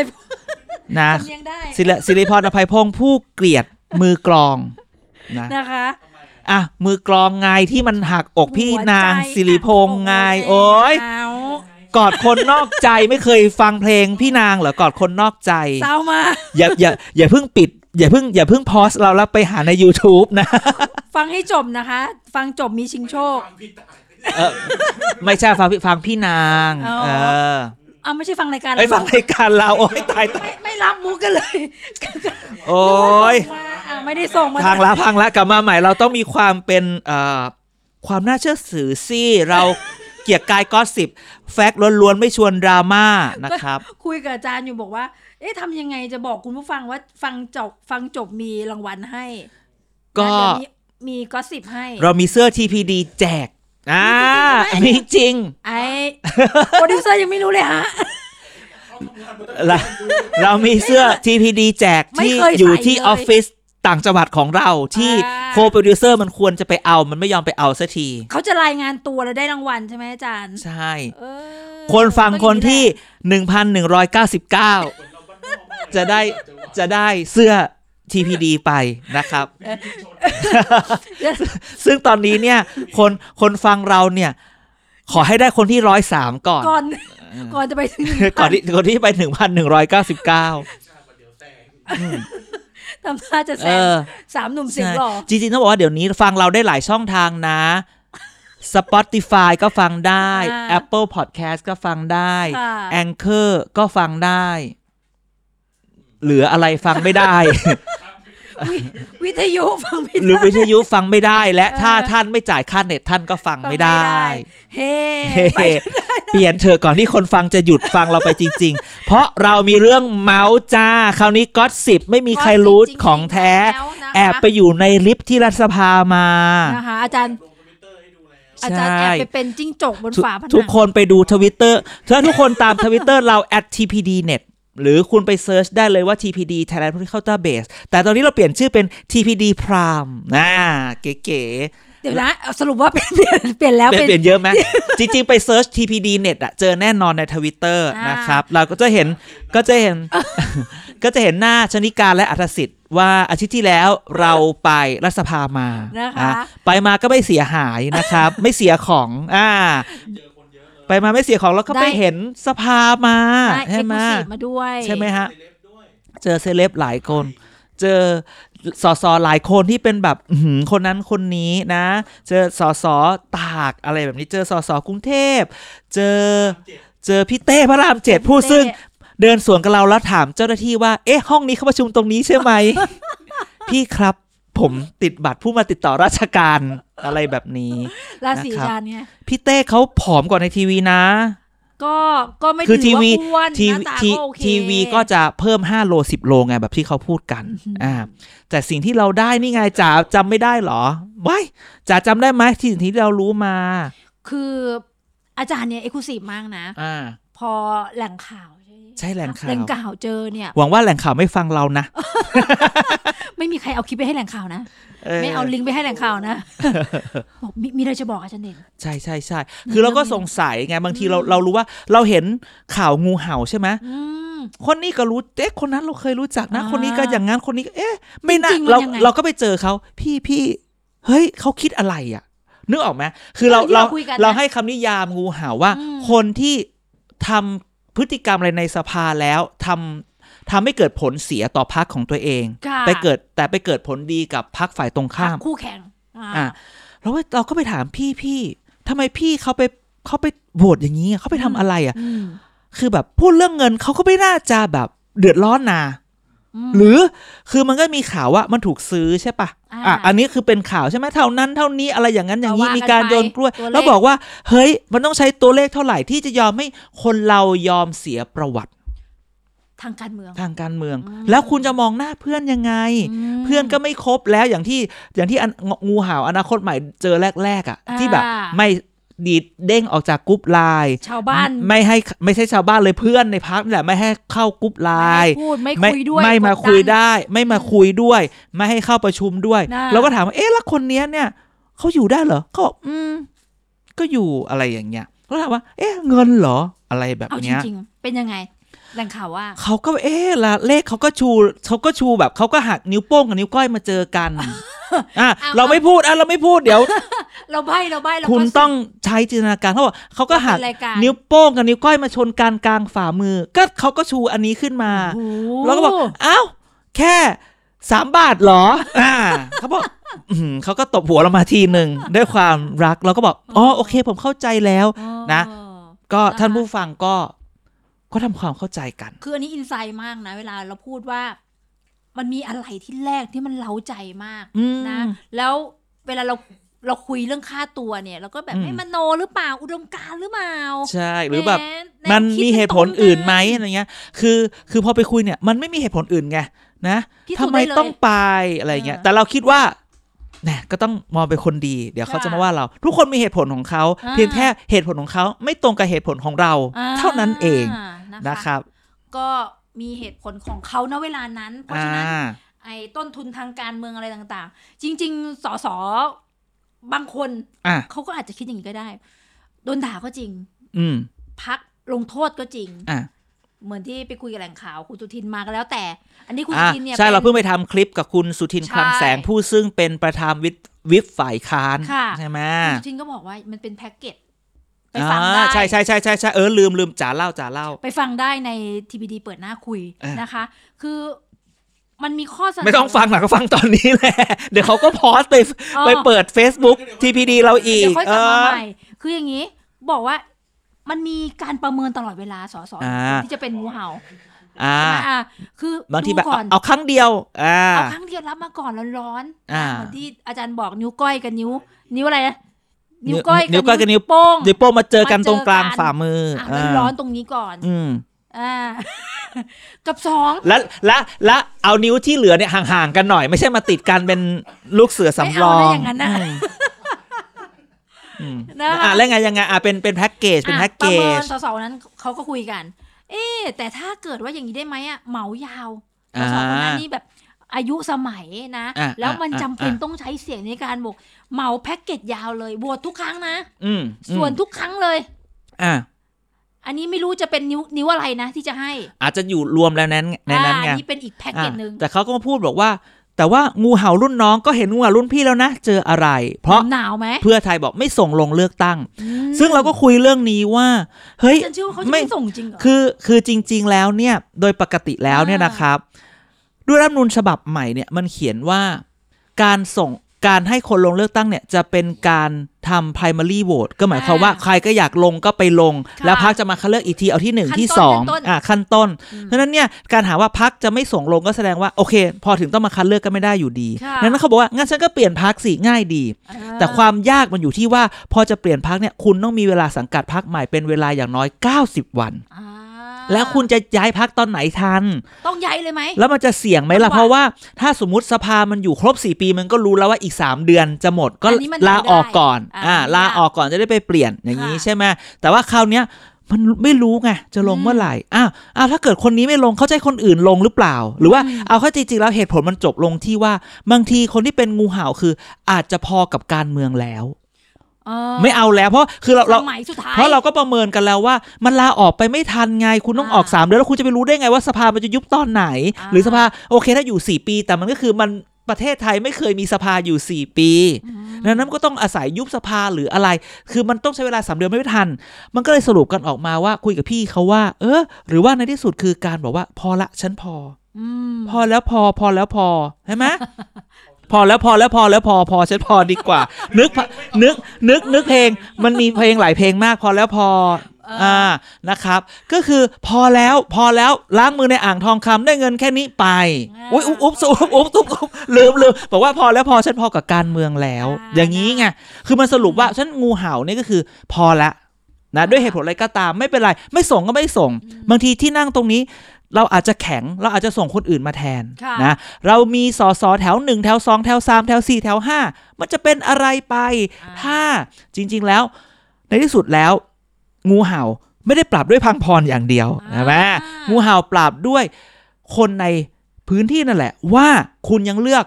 Speaker 1: นะ
Speaker 2: เรียงได้
Speaker 1: ศิริศิริพรอภัยพงษ์ผู้เกลียดมือกลองนะ
Speaker 2: นะคะ
Speaker 1: อ่ะมือกลองไงที่มันหักอกพี่นาง
Speaker 2: หัวใจ
Speaker 1: ศิริพงษ์ไง
Speaker 2: หัวใจ
Speaker 1: โอ้ย
Speaker 2: เอา
Speaker 1: กอดคนนอกใจไม่เคยฟังเพลงพี่นางเหรอกอดคนนอกใจ
Speaker 2: เศร้ามา
Speaker 1: อย่าอย่าอย่าเพิ่งปิด อย่าเพิ่งอย่าเพิ่งพอสเราแล้วไปหาใน YouTube นะ
Speaker 2: ฟังให้จบนะคะ ฟังจบมีชิงโชค
Speaker 1: เออไม่ใช่ฟังพี่ฟังพี่นาง
Speaker 2: อ๋อ
Speaker 1: เออ
Speaker 2: อ้าวไม่ใช่ฟังรายการ
Speaker 1: ไอ้ยฟัง
Speaker 2: เหรอ
Speaker 1: รายการเราโอ้ยตายตาย
Speaker 2: ไม่ไม่รับมุกกันเลย
Speaker 1: โอ้ย
Speaker 2: ส่งมาอ่ะไม่ได้ส่งมา
Speaker 1: พังละพังละกลับมาใหม่เราต้องมีความเป็นเอ่อความน่าเชื่อถือสิเราเกียกกายก็สิบแฟกต์ล้วนๆ ไม่ชวนดราม่านะครับ
Speaker 2: คุยกับอาจารย์อยู่บอกว่า เอ๊ะทำยังไงจะบอกคุณผู้ฟังว่าฟังจบฟังจบมีรางวัลให้
Speaker 1: ก็
Speaker 2: นะเดี๋ยวมีมีก็สิบให้
Speaker 1: เรามีเสื้อ TPD แจกอ่า
Speaker 2: มี
Speaker 1: มี
Speaker 2: จริง
Speaker 1: จริง
Speaker 2: ไอ้โปรดิวเซอร์ยังไม่รู้เลยฮะ
Speaker 1: เราเรามีเสื้อ TPD แจก
Speaker 2: ไม่
Speaker 1: ที่
Speaker 2: เคยใส่
Speaker 1: อยู่ที่
Speaker 2: เลย
Speaker 1: ออฟฟิศต่างจังหวัดของเราที่
Speaker 2: อ่า
Speaker 1: โคโปรดิวเซอร์มันควรจะไปเอามันไม่ยอมไปเอาสักที
Speaker 2: เขาจะรายงานตัวแล้วได้รางวัลใช่ไหมอาจารย์
Speaker 1: ใช่
Speaker 2: เออ
Speaker 1: คนฟังคนที่
Speaker 2: ต้องอย่างแหละ
Speaker 1: 1,199 จะได้จะได้เสื้อ TPD ไปนะครับ ซึ่งตอนนี้เนี่ย คนคนฟังเราเนี่ย ขอให้ได้คนที่ร้อยสามก่อน
Speaker 2: ก่อนก่อนจะไปถึง
Speaker 1: ก่อนที่คนที่ไปถึงพันหนึ่งร้อยเก้าสิบเก้า
Speaker 2: ทำท่าจะแซ
Speaker 1: เอง อ
Speaker 2: สามหนุ่มเสิง
Speaker 1: ใช่
Speaker 2: หล่อ
Speaker 1: จริงๆต้องบอกว่าเดี๋ยวนี้ฟังเราได้หลายช่องทางนะ Spotify ก็ฟังได้
Speaker 2: า
Speaker 1: Apple Podcast ก็ฟังได้
Speaker 2: ค่ะ
Speaker 1: Anchor ก็ฟังได้ เหลืออะไรฟังไม่ได้
Speaker 2: วิทยุฟังไม่
Speaker 1: หรือ
Speaker 2: ได้
Speaker 1: วิทยุฟังไม่ได้และ
Speaker 2: เออ
Speaker 1: ถ้าท่านไม่จ่ายค่าเน็ตท่านก็ฟัง
Speaker 2: ฟัง
Speaker 1: ไม่ได้
Speaker 2: เฮ้
Speaker 1: เฮ้เปลี่ยนเธอะก่อนที่คนฟังจะหยุดฟังเราไปจริง ๆ เพราะเรามีเรื่องเมาส์จ้า คราวนี้ก็สิบไม่มีใครรู้ของแท้ แอบไปอยู่ในลิฟต์ที่รัฐสภามาน
Speaker 2: นะคะอาจารย์ อาจารย์แอ
Speaker 1: ใช่
Speaker 2: บไปเป็นจิ้งจกบน
Speaker 1: ทุก
Speaker 2: ฝาผนัง
Speaker 1: ทุกคนไปดูทวิตเตอร์ถ้าทุกคนตามทวิตเตอร์เรา @tpdnet หรือคุณไปเซิร์ชได้เลยว่า TPD Thailand Political Database แต่ตอนนี้เราเปลี่ยนชื่อเป็น TPD Prime นะเก๋ๆ
Speaker 2: เดี๋ยวนะเอาสรุปว่าเปลี่ยนเปลี่ยนแล้ว
Speaker 1: เปลี่ยเป
Speaker 2: เป็น น
Speaker 1: ลี่ยนเยอะไหม จริง ๆ ไปเซิร์ช TPD Net อะเจอแน่นอนในทวิตเตอร์
Speaker 2: อ่า
Speaker 1: นะ
Speaker 2: น
Speaker 1: ครับ เราก็จะเห็นก็จะเห็น ก็จะเห็นหน้าชนิการและอัธสิทธิ์ว่าอาทิตย์ที่แล้วเราไปรัฐสภามา
Speaker 2: นะคะ
Speaker 1: อ่ไปมาก็ไม่เสียหายนะครับ ไม่เสียของอ่าไปมาไม่เสียของแล้วก็ไป
Speaker 2: ได้
Speaker 1: เห็นสภามา
Speaker 2: ได้เอ็
Speaker 1: ใช่
Speaker 2: กซ์
Speaker 1: ไห
Speaker 2: ค
Speaker 1: ม
Speaker 2: ลูซีฟมาด้วย
Speaker 1: ใช่ไหมฮะ เจอเซเลบหลายคน เจอสอสอหลายคนที่เป็นแบบอื้อหือคนนั้นคนนี้นะ เจอสอสอตากอะไรแบบนี้ เจอสอสอกรุงเทพ เจอเจอพี่เต้พระรามเจ็ดผู้ซึ่ง เดินสวนกับเราแล้วถามเจ้าหน้าที่ว่า เอ๊ะห้องนี้เขาประชุมตรงนี้ใช่ไหม พี่ครับ ผ ผมติดบัตรผู้มาติดต่อราชการอะไรแบบนี้
Speaker 2: ราศี
Speaker 1: นะครับ
Speaker 2: จันทร์ไง
Speaker 1: พี่เต้เขาผอมกว่าในทีวีนะ
Speaker 2: ก็ก็ไม่
Speaker 1: คื
Speaker 2: ถื
Speaker 1: อ
Speaker 2: อ
Speaker 1: ที
Speaker 2: ว่า
Speaker 1: วี
Speaker 2: อ้วนห
Speaker 1: ที
Speaker 2: น้า
Speaker 1: วี
Speaker 2: ตา
Speaker 1: ที
Speaker 2: ก็โอเค
Speaker 1: ทีวีก็จะเพิ่ม 5 โล 10 โลไงแบบที่เขาพูดกันอ่าแต่สิ่งที่เราได้นี่ไงจ๋าจำไม่ได้เหรอไม่จ๋าจำได้ไหมที่สิ่งที่เรารู้มา
Speaker 2: คืออาจารย์เนี่ยเอกลูซีมากนะ
Speaker 1: อ่า
Speaker 2: พอแหล่งข่าวใช่ไหม
Speaker 1: ใช่แหล่งข่าว
Speaker 2: แหล่งข่าวเจอเนี่ย
Speaker 1: หวังว่าแหล่งข่าวไม่ฟังเรานะ
Speaker 2: ไม่มีใครเอาคลิปไปให้แหล่งข่าวนะ ไม่เอาลิงก์ไปให้แหล่งข่าวนะบอกมีมีอะไรจะบอกอาจารย์เด่น
Speaker 1: ใช่ใช่ใช่คือเราก็สงสัยไงบางทีเราเรารู้ว่าเราเห็นข่าวงูเห่าใช่ไหม
Speaker 2: อืม
Speaker 1: คนนี้ก็รู้เอ๊ะคนนั้นเราเคยรู้จักนะ
Speaker 2: อ่า
Speaker 1: คนนี้ก็อย่างงั้นคนนี้ก็เอ๊ะ ไม่น่า
Speaker 2: จริงๆมัน
Speaker 1: เรา
Speaker 2: ยังไง
Speaker 1: เราก็ไปเจอเขาพี่พี่เฮ้ยเขาคิดอะไรอ่ะนึกออกไหมคือเรา
Speaker 2: เออที่
Speaker 1: เรา
Speaker 2: เราคุยกันนะ
Speaker 1: เราให้คำนิยามงูเห่าว่า
Speaker 2: อืม
Speaker 1: คนที่ทำพฤติกรรมอะไรในสภาแล้วทำทำให้เกิดผลเสียต่อพักของตัวเอง
Speaker 2: ค่ะ
Speaker 1: ไปเกิดแต่ไปเกิดผลดีกับพักฝ่ายตรงข้าม
Speaker 2: คู่แข่งอ่า
Speaker 1: อ่ะแล้วเราก็ไปถามพี่พี่ทำไมพี่เขาไปเขาไปโหวตอย่างนี้อ่ะเขาไปทำอะไรอ่ะ
Speaker 2: อืม
Speaker 1: คือแบบพูดเรื่องเงินเขาก็ไม่น่าจะแบบเดือดร้อนนะ
Speaker 2: อืม
Speaker 1: หรือคือมันก็มีข่าวว่ามันถูกซื้อใช่ปะ
Speaker 2: อ่า
Speaker 1: อ่ะอันนี้คือเป็นข่าวใช่ไหมเท่านั้นเท่านี้อะไรอย่างนั้นอย่างนี้
Speaker 2: ก็ว่ากัน
Speaker 1: มีการโยนกล้วย
Speaker 2: ไปตัวเลข
Speaker 1: แล้วบอกว่า เฮ้ย มันต้องใช้ตัวเลขเท่าไหร่ที่จะยอมให้คนเรายอมเสียประวัติ
Speaker 2: ทางการเมือง
Speaker 1: ทางการเมือง
Speaker 2: อืม
Speaker 1: แล้วคุณจะมองหน้าเพื่อนยังไง
Speaker 2: ม
Speaker 1: เพื่อนก็ไม่ครบแล้วอย่างที่อย่างที่อันงูเห่าอนาคตใหม่เจอแรก ๆ อ่ะ
Speaker 2: อ่า
Speaker 1: ที่แบบไม่ดีดเด้งออกจากกรุ๊ปไลน์
Speaker 2: ชาวบ้าน
Speaker 1: ไม่ให้ไม่ใช่ชาวบ้านเลยเพื่อนในพักแหละไม่ให้เข้ากรุ๊ปไลน์
Speaker 2: ไม่พูดไม่คุยด้วย
Speaker 1: ไม่มา
Speaker 2: ดดัน
Speaker 1: คุยได้ ไม่มาคุยด้วย ไม่ให้เข้าประชุมด้วย
Speaker 2: น่า
Speaker 1: เราก็ถามว่าเอ๊ะแล้วคนเนี้ยเนี่ยเขาอยู่ได้เหรอเขาบอกอืม ก็อยู่อะไรอย่างเงี้ยก็ถามว่า เอ๊ะเงินเหรออะไรแบบ
Speaker 2: เอาจ
Speaker 1: เนี้ย
Speaker 2: ริงๆ เป็นยังไง แหล่งข่าวว่า
Speaker 1: เขาก็เอ๊ะละเลขเขาก็ชูเขาก็ชูแบบเขาก็หักนิ้วโป้งกับนิ้วก้อยมาเจอกัน อ่ะ
Speaker 2: เอา
Speaker 1: เรา
Speaker 2: เอา
Speaker 1: ไม่พูดอ่ะเราไม่พูดเดี๋ยว
Speaker 2: เราใบเราใบเราก็
Speaker 1: คุณต้องใช้จินตนาการเขาบอกเขาก็หัก
Speaker 2: เป็นรายาร
Speaker 1: นิ้วโป้งกับนิ้วก้อยมาชนกันกลางฝ่ามือ ก็เขาก็ชูอันนี้ขึ้นมา
Speaker 2: โอ้โห
Speaker 1: แล้วก็บอกอ้าวแค่สามบาทเหรอ อ่าเขาบอกอื้อหือเขาก็ตบหัวเรามาทีหนึ่งด้วยความรักเราก็บอกอ๋อโอเค ผมเข้าใจแล้ว
Speaker 2: อ๋อ
Speaker 1: นะ ก็
Speaker 2: นะคะ
Speaker 1: ท่านผู้ฟังก็ก็ทำความเข้าใจกัน
Speaker 2: คืออันนี้อินไซด์มากนะ เวลาเราพูดว่า มันมีอะไรที่แรกที่มันเล้าใจมาก
Speaker 1: อืม
Speaker 2: นะ แล้วเวลาเราเราคุยเรื่องค่าตัวเนี่ยเราก็แบบ
Speaker 1: อืม
Speaker 2: ไม่มโนหรือเปล่าอุดมการณ์หรือเปล่า
Speaker 1: ใช่หรือแบบ
Speaker 2: หแ
Speaker 1: มัน
Speaker 2: คิด
Speaker 1: มีเหตุผล
Speaker 2: ตรงกั
Speaker 1: อื่นไหมอะไรเงี้ย คือ คือพอไปคุยเนี่ย มันไม่มีเหตุผลอื่นไงนะ
Speaker 2: พิสู
Speaker 1: ทำ
Speaker 2: จน์
Speaker 1: ไม
Speaker 2: ด้เลย
Speaker 1: ต้องไปอะไรเงี้ย
Speaker 2: เออ
Speaker 1: แต่เราคิดว่าแหน่ก็ต้องมองเป็นคนดี เดี๋ยวเขา
Speaker 2: ค่ะ
Speaker 1: จะมาว่าเรา ทุกคนมีเหตุผลของเขา
Speaker 2: อ่า
Speaker 1: เพียงแค่เหตุผลของเขาไม่ตรงกับเหตุผลของเรา
Speaker 2: า
Speaker 1: เท่านั้นเองนะครับ
Speaker 2: ก็มีเหตุผลของเขาณเวลานั้น เพราะ
Speaker 1: อ่า
Speaker 2: ฉะนั้น ไอ้ต้นทุนทางการเมืองอะไรต่างๆ จริง ๆสสบางคน
Speaker 1: อ่ะ
Speaker 2: เขาก็อาจจะคิดอย่างนี้ก็ได้ โดนด่าก็จริง
Speaker 1: อืม
Speaker 2: พักลงโทษก็จริง
Speaker 1: อ่ะ
Speaker 2: เหมือนที่ไปคุยกับแหล่งข่าวคุณสุทินมาก็แล้วแต่ อันนี้คุณสุ
Speaker 1: อ่ะ
Speaker 2: ทินเนี่ย
Speaker 1: ใช่
Speaker 2: ป็น
Speaker 1: เราเพิ่งไปทำคลิปกับคุณสุทินคลังแสง
Speaker 2: ใช่
Speaker 1: ผู้ซึ่งเป็นประธานวิปวิปฝ่ายค้าน
Speaker 2: ค่ะ
Speaker 1: ใช่ไหม
Speaker 2: คุณสุทินก็บอกว่ามันเป็นแพ็กเกจไป
Speaker 1: อ่า
Speaker 2: ฟังได้
Speaker 1: ใช่ใช่ใช่ใช่ใช่เออ ลืมลืมจ๋าเล่าจ๋าเล่า
Speaker 2: ไปฟังได้ในทีบีดีเปิดหน้าคุย
Speaker 1: อ่ะ
Speaker 2: นะคะ คือมันมีข้อเสนอ
Speaker 1: ไม่ต้องฟังหรอกก็ฟังตอนนี้แหละ เดี๋ยวเขาก็พอสไป
Speaker 2: อ๋อ
Speaker 1: ไปเปิด Facebook TPD เราอีก
Speaker 2: เดี๋ยวค่อย
Speaker 1: เอก
Speaker 2: ลับมา
Speaker 1: อ
Speaker 2: ใหม่ คืออย่างนี้บอกว่ามันมีการประเมินตลอดเวลาสอสอ
Speaker 1: อ่า
Speaker 2: ที่จะเป็นงูเห่า
Speaker 1: อ่า
Speaker 2: ใช่ไหมอ่ะคือบ
Speaker 1: างที
Speaker 2: ดู
Speaker 1: แบบ
Speaker 2: ก่อน
Speaker 1: เอาครั้งเดียว อ่า
Speaker 2: เอาครั้งเดียวรับมาก่อนร้อนๆ
Speaker 1: อ่า
Speaker 2: เหมือนที่อาจารย์บอกนิ้วก้อยกับนิ้ว นิ้วอะไรนะ
Speaker 1: นิ้
Speaker 2: นิ้
Speaker 1: ว
Speaker 2: วก้อย
Speaker 1: นิ้วก้อยกับนิ้ว
Speaker 2: โป้ง
Speaker 1: ดิโป้มาเจอกัน
Speaker 2: มาเจอ
Speaker 1: ตรงกลาง
Speaker 2: กัน
Speaker 1: ฝ่ามืออ
Speaker 2: อ่ะร้อนๆตรงนี้ก่อน
Speaker 1: อืม
Speaker 2: อ่า กับสอง
Speaker 1: และและและเอานิ้วที่เหลือเนี่ยห่างๆกันหน่อย ไม่ใช่มาติดกันเป็นลูกเสือสำรอ
Speaker 2: ไม่
Speaker 1: ง
Speaker 2: เานะอย่างนั้นนะ
Speaker 1: อืม
Speaker 2: นะ
Speaker 1: อ่า
Speaker 2: คะ
Speaker 1: แล้วไงยังไงอ่ะเป็นเป็นแพ็กเกจเป็นแพ็กเก
Speaker 2: อ่ะประเมิ
Speaker 1: จ
Speaker 2: นสสนั้นเขาก็คุยกัน เอ๊ะแต่ถ้าเกิดว่าอย่างนี้ได้ไหมอ่ะเหมายาวส
Speaker 1: อ่า
Speaker 2: สคนนั้นนี่แบบอายุสมัยนะ
Speaker 1: อ่ะ
Speaker 2: แล้วมัน
Speaker 1: อ่ะ
Speaker 2: จำเป็น
Speaker 1: อ่ะ
Speaker 2: ต้องใช้เสียงในการบวกเหมาแพ็กเกจยาวเลยบวชทุกครั้งนะ
Speaker 1: อืมอืม
Speaker 2: ส่วนทุกครั้งเลย
Speaker 1: อ่า
Speaker 2: อันนี้ไม่รู้จะเป็นนิ้วนิ้วอะไรนะ ที่จะให้
Speaker 1: อาจจะอยู่รวมแล้วนั้นในนั้น
Speaker 2: อ่า
Speaker 1: ไง
Speaker 2: อันี้เป็นอีกแพ็กเกจหนึ่ง
Speaker 1: อ่ะแต่เขาก็มาพูดบอกว่า แต่ว่างูเห่ารุ่นน้องก็เห็นงูเห่ารุ่นพี่แล้วนะ เจออะไร เพราะ
Speaker 2: หนาวไหม
Speaker 1: เพื่อไทยบอกไม่ส่งลงเลือกตั้ง
Speaker 2: อืม
Speaker 1: ซึ่งเราก็คุยเรื่องนี้ว่า เฮ้ย
Speaker 2: ฉันเชื่อว่าเขาจะ
Speaker 1: ไม่
Speaker 2: ไม่ส่งจริงเหรอ
Speaker 1: คือคือจริง ๆ แล้วเนี่ย โดยปกติแล้วเนี่ย
Speaker 2: อ่าน
Speaker 1: นะครับ ด้วยรัฐธรรมนูญฉบับใหม่เนี่ยมันเขียนว่า การส่ง การให้คนลงเลือกตั้งเนี่ยจะเป็นการทำ primary vote ก็หมายความว่าใครก็อยากลงก็ไปลง
Speaker 2: ค่ะ
Speaker 1: แล้วพักจะมาคัดเลือกอีกทีเอาที่หนึ่ง
Speaker 2: ขั้น
Speaker 1: ที่
Speaker 2: ต้น
Speaker 1: สอง
Speaker 2: ขั้นต้น
Speaker 1: อ่ะขั้นต้น เพราะฉะนั้นเนี่ยการหาว่าพักจะไม่ส่งลงก็แสดงว่าโอเค พอถึงต้องมาคัดเลือกก็ไม่ได้อยู่ดี
Speaker 2: ค่ะ
Speaker 1: นั้นเขาบอกว่างั้นฉันก็เปลี่ยนพักสิง่ายดี แต่ความยากมันอยู่ที่ว่าพอจะเปลี่ยนพักเนี่ยคุณต้องมีเวลาสังกัดพักใหม่เป็นเวลาอย่างน้อย 90 วัน
Speaker 2: อ่า
Speaker 1: แล้วคุณจะย้ายพักตอนไหนทัน
Speaker 2: ต้องย้ายเลยไหม
Speaker 1: แล้วมันจะเสี่ยงไหมล่ะ
Speaker 2: จังหวะ
Speaker 1: เพราะว่าถ้าสมมติสภามันอยู่ครบ 4 ปีมันก็รู้แล้วว่าอีก 3 เดือนจะหมดก็
Speaker 2: อันนี้มัน
Speaker 1: ลาออกก่อน
Speaker 2: ได้อ่า
Speaker 1: อ่า ลาออกก่อนจะได้ไปเปลี่ยนอย่างนี้
Speaker 2: ค่ะ
Speaker 1: ใช่ไหมแต่ว่าคราวเนี้ยมันไม่รู้ไงจะลง
Speaker 2: อืม
Speaker 1: เมื่อไหร่อ้าวอ้าวถ้าเกิดคนนี้ไม่ลงเขาใจะให้คนอื่นลงหรือเปล่า หรือว่า
Speaker 2: อืม
Speaker 1: เอาเข้าจริงๆแล้วเหตุผลมันจบลงที่ว่าบางทีคนที่เป็นงูเห่าคือ อาจจะพอกับการเมืองแล้ว
Speaker 2: เออ
Speaker 1: ไม่เอาแล้วเพราะคือเราเรา
Speaker 2: สมัยสุดท้าย
Speaker 1: เพราะเราก็ประเมินกันแล้วว่า มันลาออกไปไม่ทันไง คุณต้อง
Speaker 2: อ่า
Speaker 1: ออก 3 เดือนแล้วคุณจะไปรู้ได้ไงว่าสภามันจะยุบตอนไหน
Speaker 2: อ่า
Speaker 1: หรือสภาโอเคถ้าอยู่ 4 ปี แต่มันก็คือมันประเทศไทยไม่เคยมีสภาอยู่ 4 ปี
Speaker 2: อืม
Speaker 1: ดังนั้นมันก็ต้องอาศัยยุบสภาหรืออะไร คือมันต้องใช้เวลา 3 เดือนไม่ทัน มันก็เลยสรุปกันออกมาว่าคุยกับพี่เขาว่า เออ หรือว่าในที่สุดคือการบอกว่าพอละฉันพอ
Speaker 2: อืม
Speaker 1: พอแล้วพอพอแล้วพอใช่ไหม พอแล้วพอแล้วพอแล้วพอพอฉันพอดีกว่า นึกพะนึกนึกนึกเพลง มันมีเพลงหลายเพลงมาก พอแล้วพออ่านะครับ ก็คือพอแล้วพอแล้วล้างมือในอ่างทองคำได้เงินแค่นี้ไปอุ้ยอุ๊บอุ๊บอุ๊บอุ๊บอุ๊บอุ๊บลืมลืมบอกว่าพอแล้วพอฉันพอกับการเมืองแล้ว อย่างนี้ไงคือมันสรุปว่าฉันงูเห่าเนี่ยก็คือพอละนะด้วยเหตุผลอะไรก็ตามไม่เป็นไรไม่ส่งก็ไม่ส่ง บางทีที่นั่งตรงนี้ เราอาจจะแข็งเราอาจจะส่งคนอื่นมาแทน
Speaker 2: ค่ะ
Speaker 1: นะเรามีสอสอแถวหนึ่งแถวสองแถวสามแถวสี่แถวห้ามันจะเป็นอะไรไป
Speaker 2: อ่า
Speaker 1: ถ้าจริง ๆ แล้ว ในที่สุดแล้ว งูเห่าไม่ได้ปรับด้วยพังพรอย่างเดียว
Speaker 2: อ่า
Speaker 1: ใช่ไหมงูเห่าปรับด้วยคนในพื้นที่นั่นแหละ ว่าคุณยังเลือก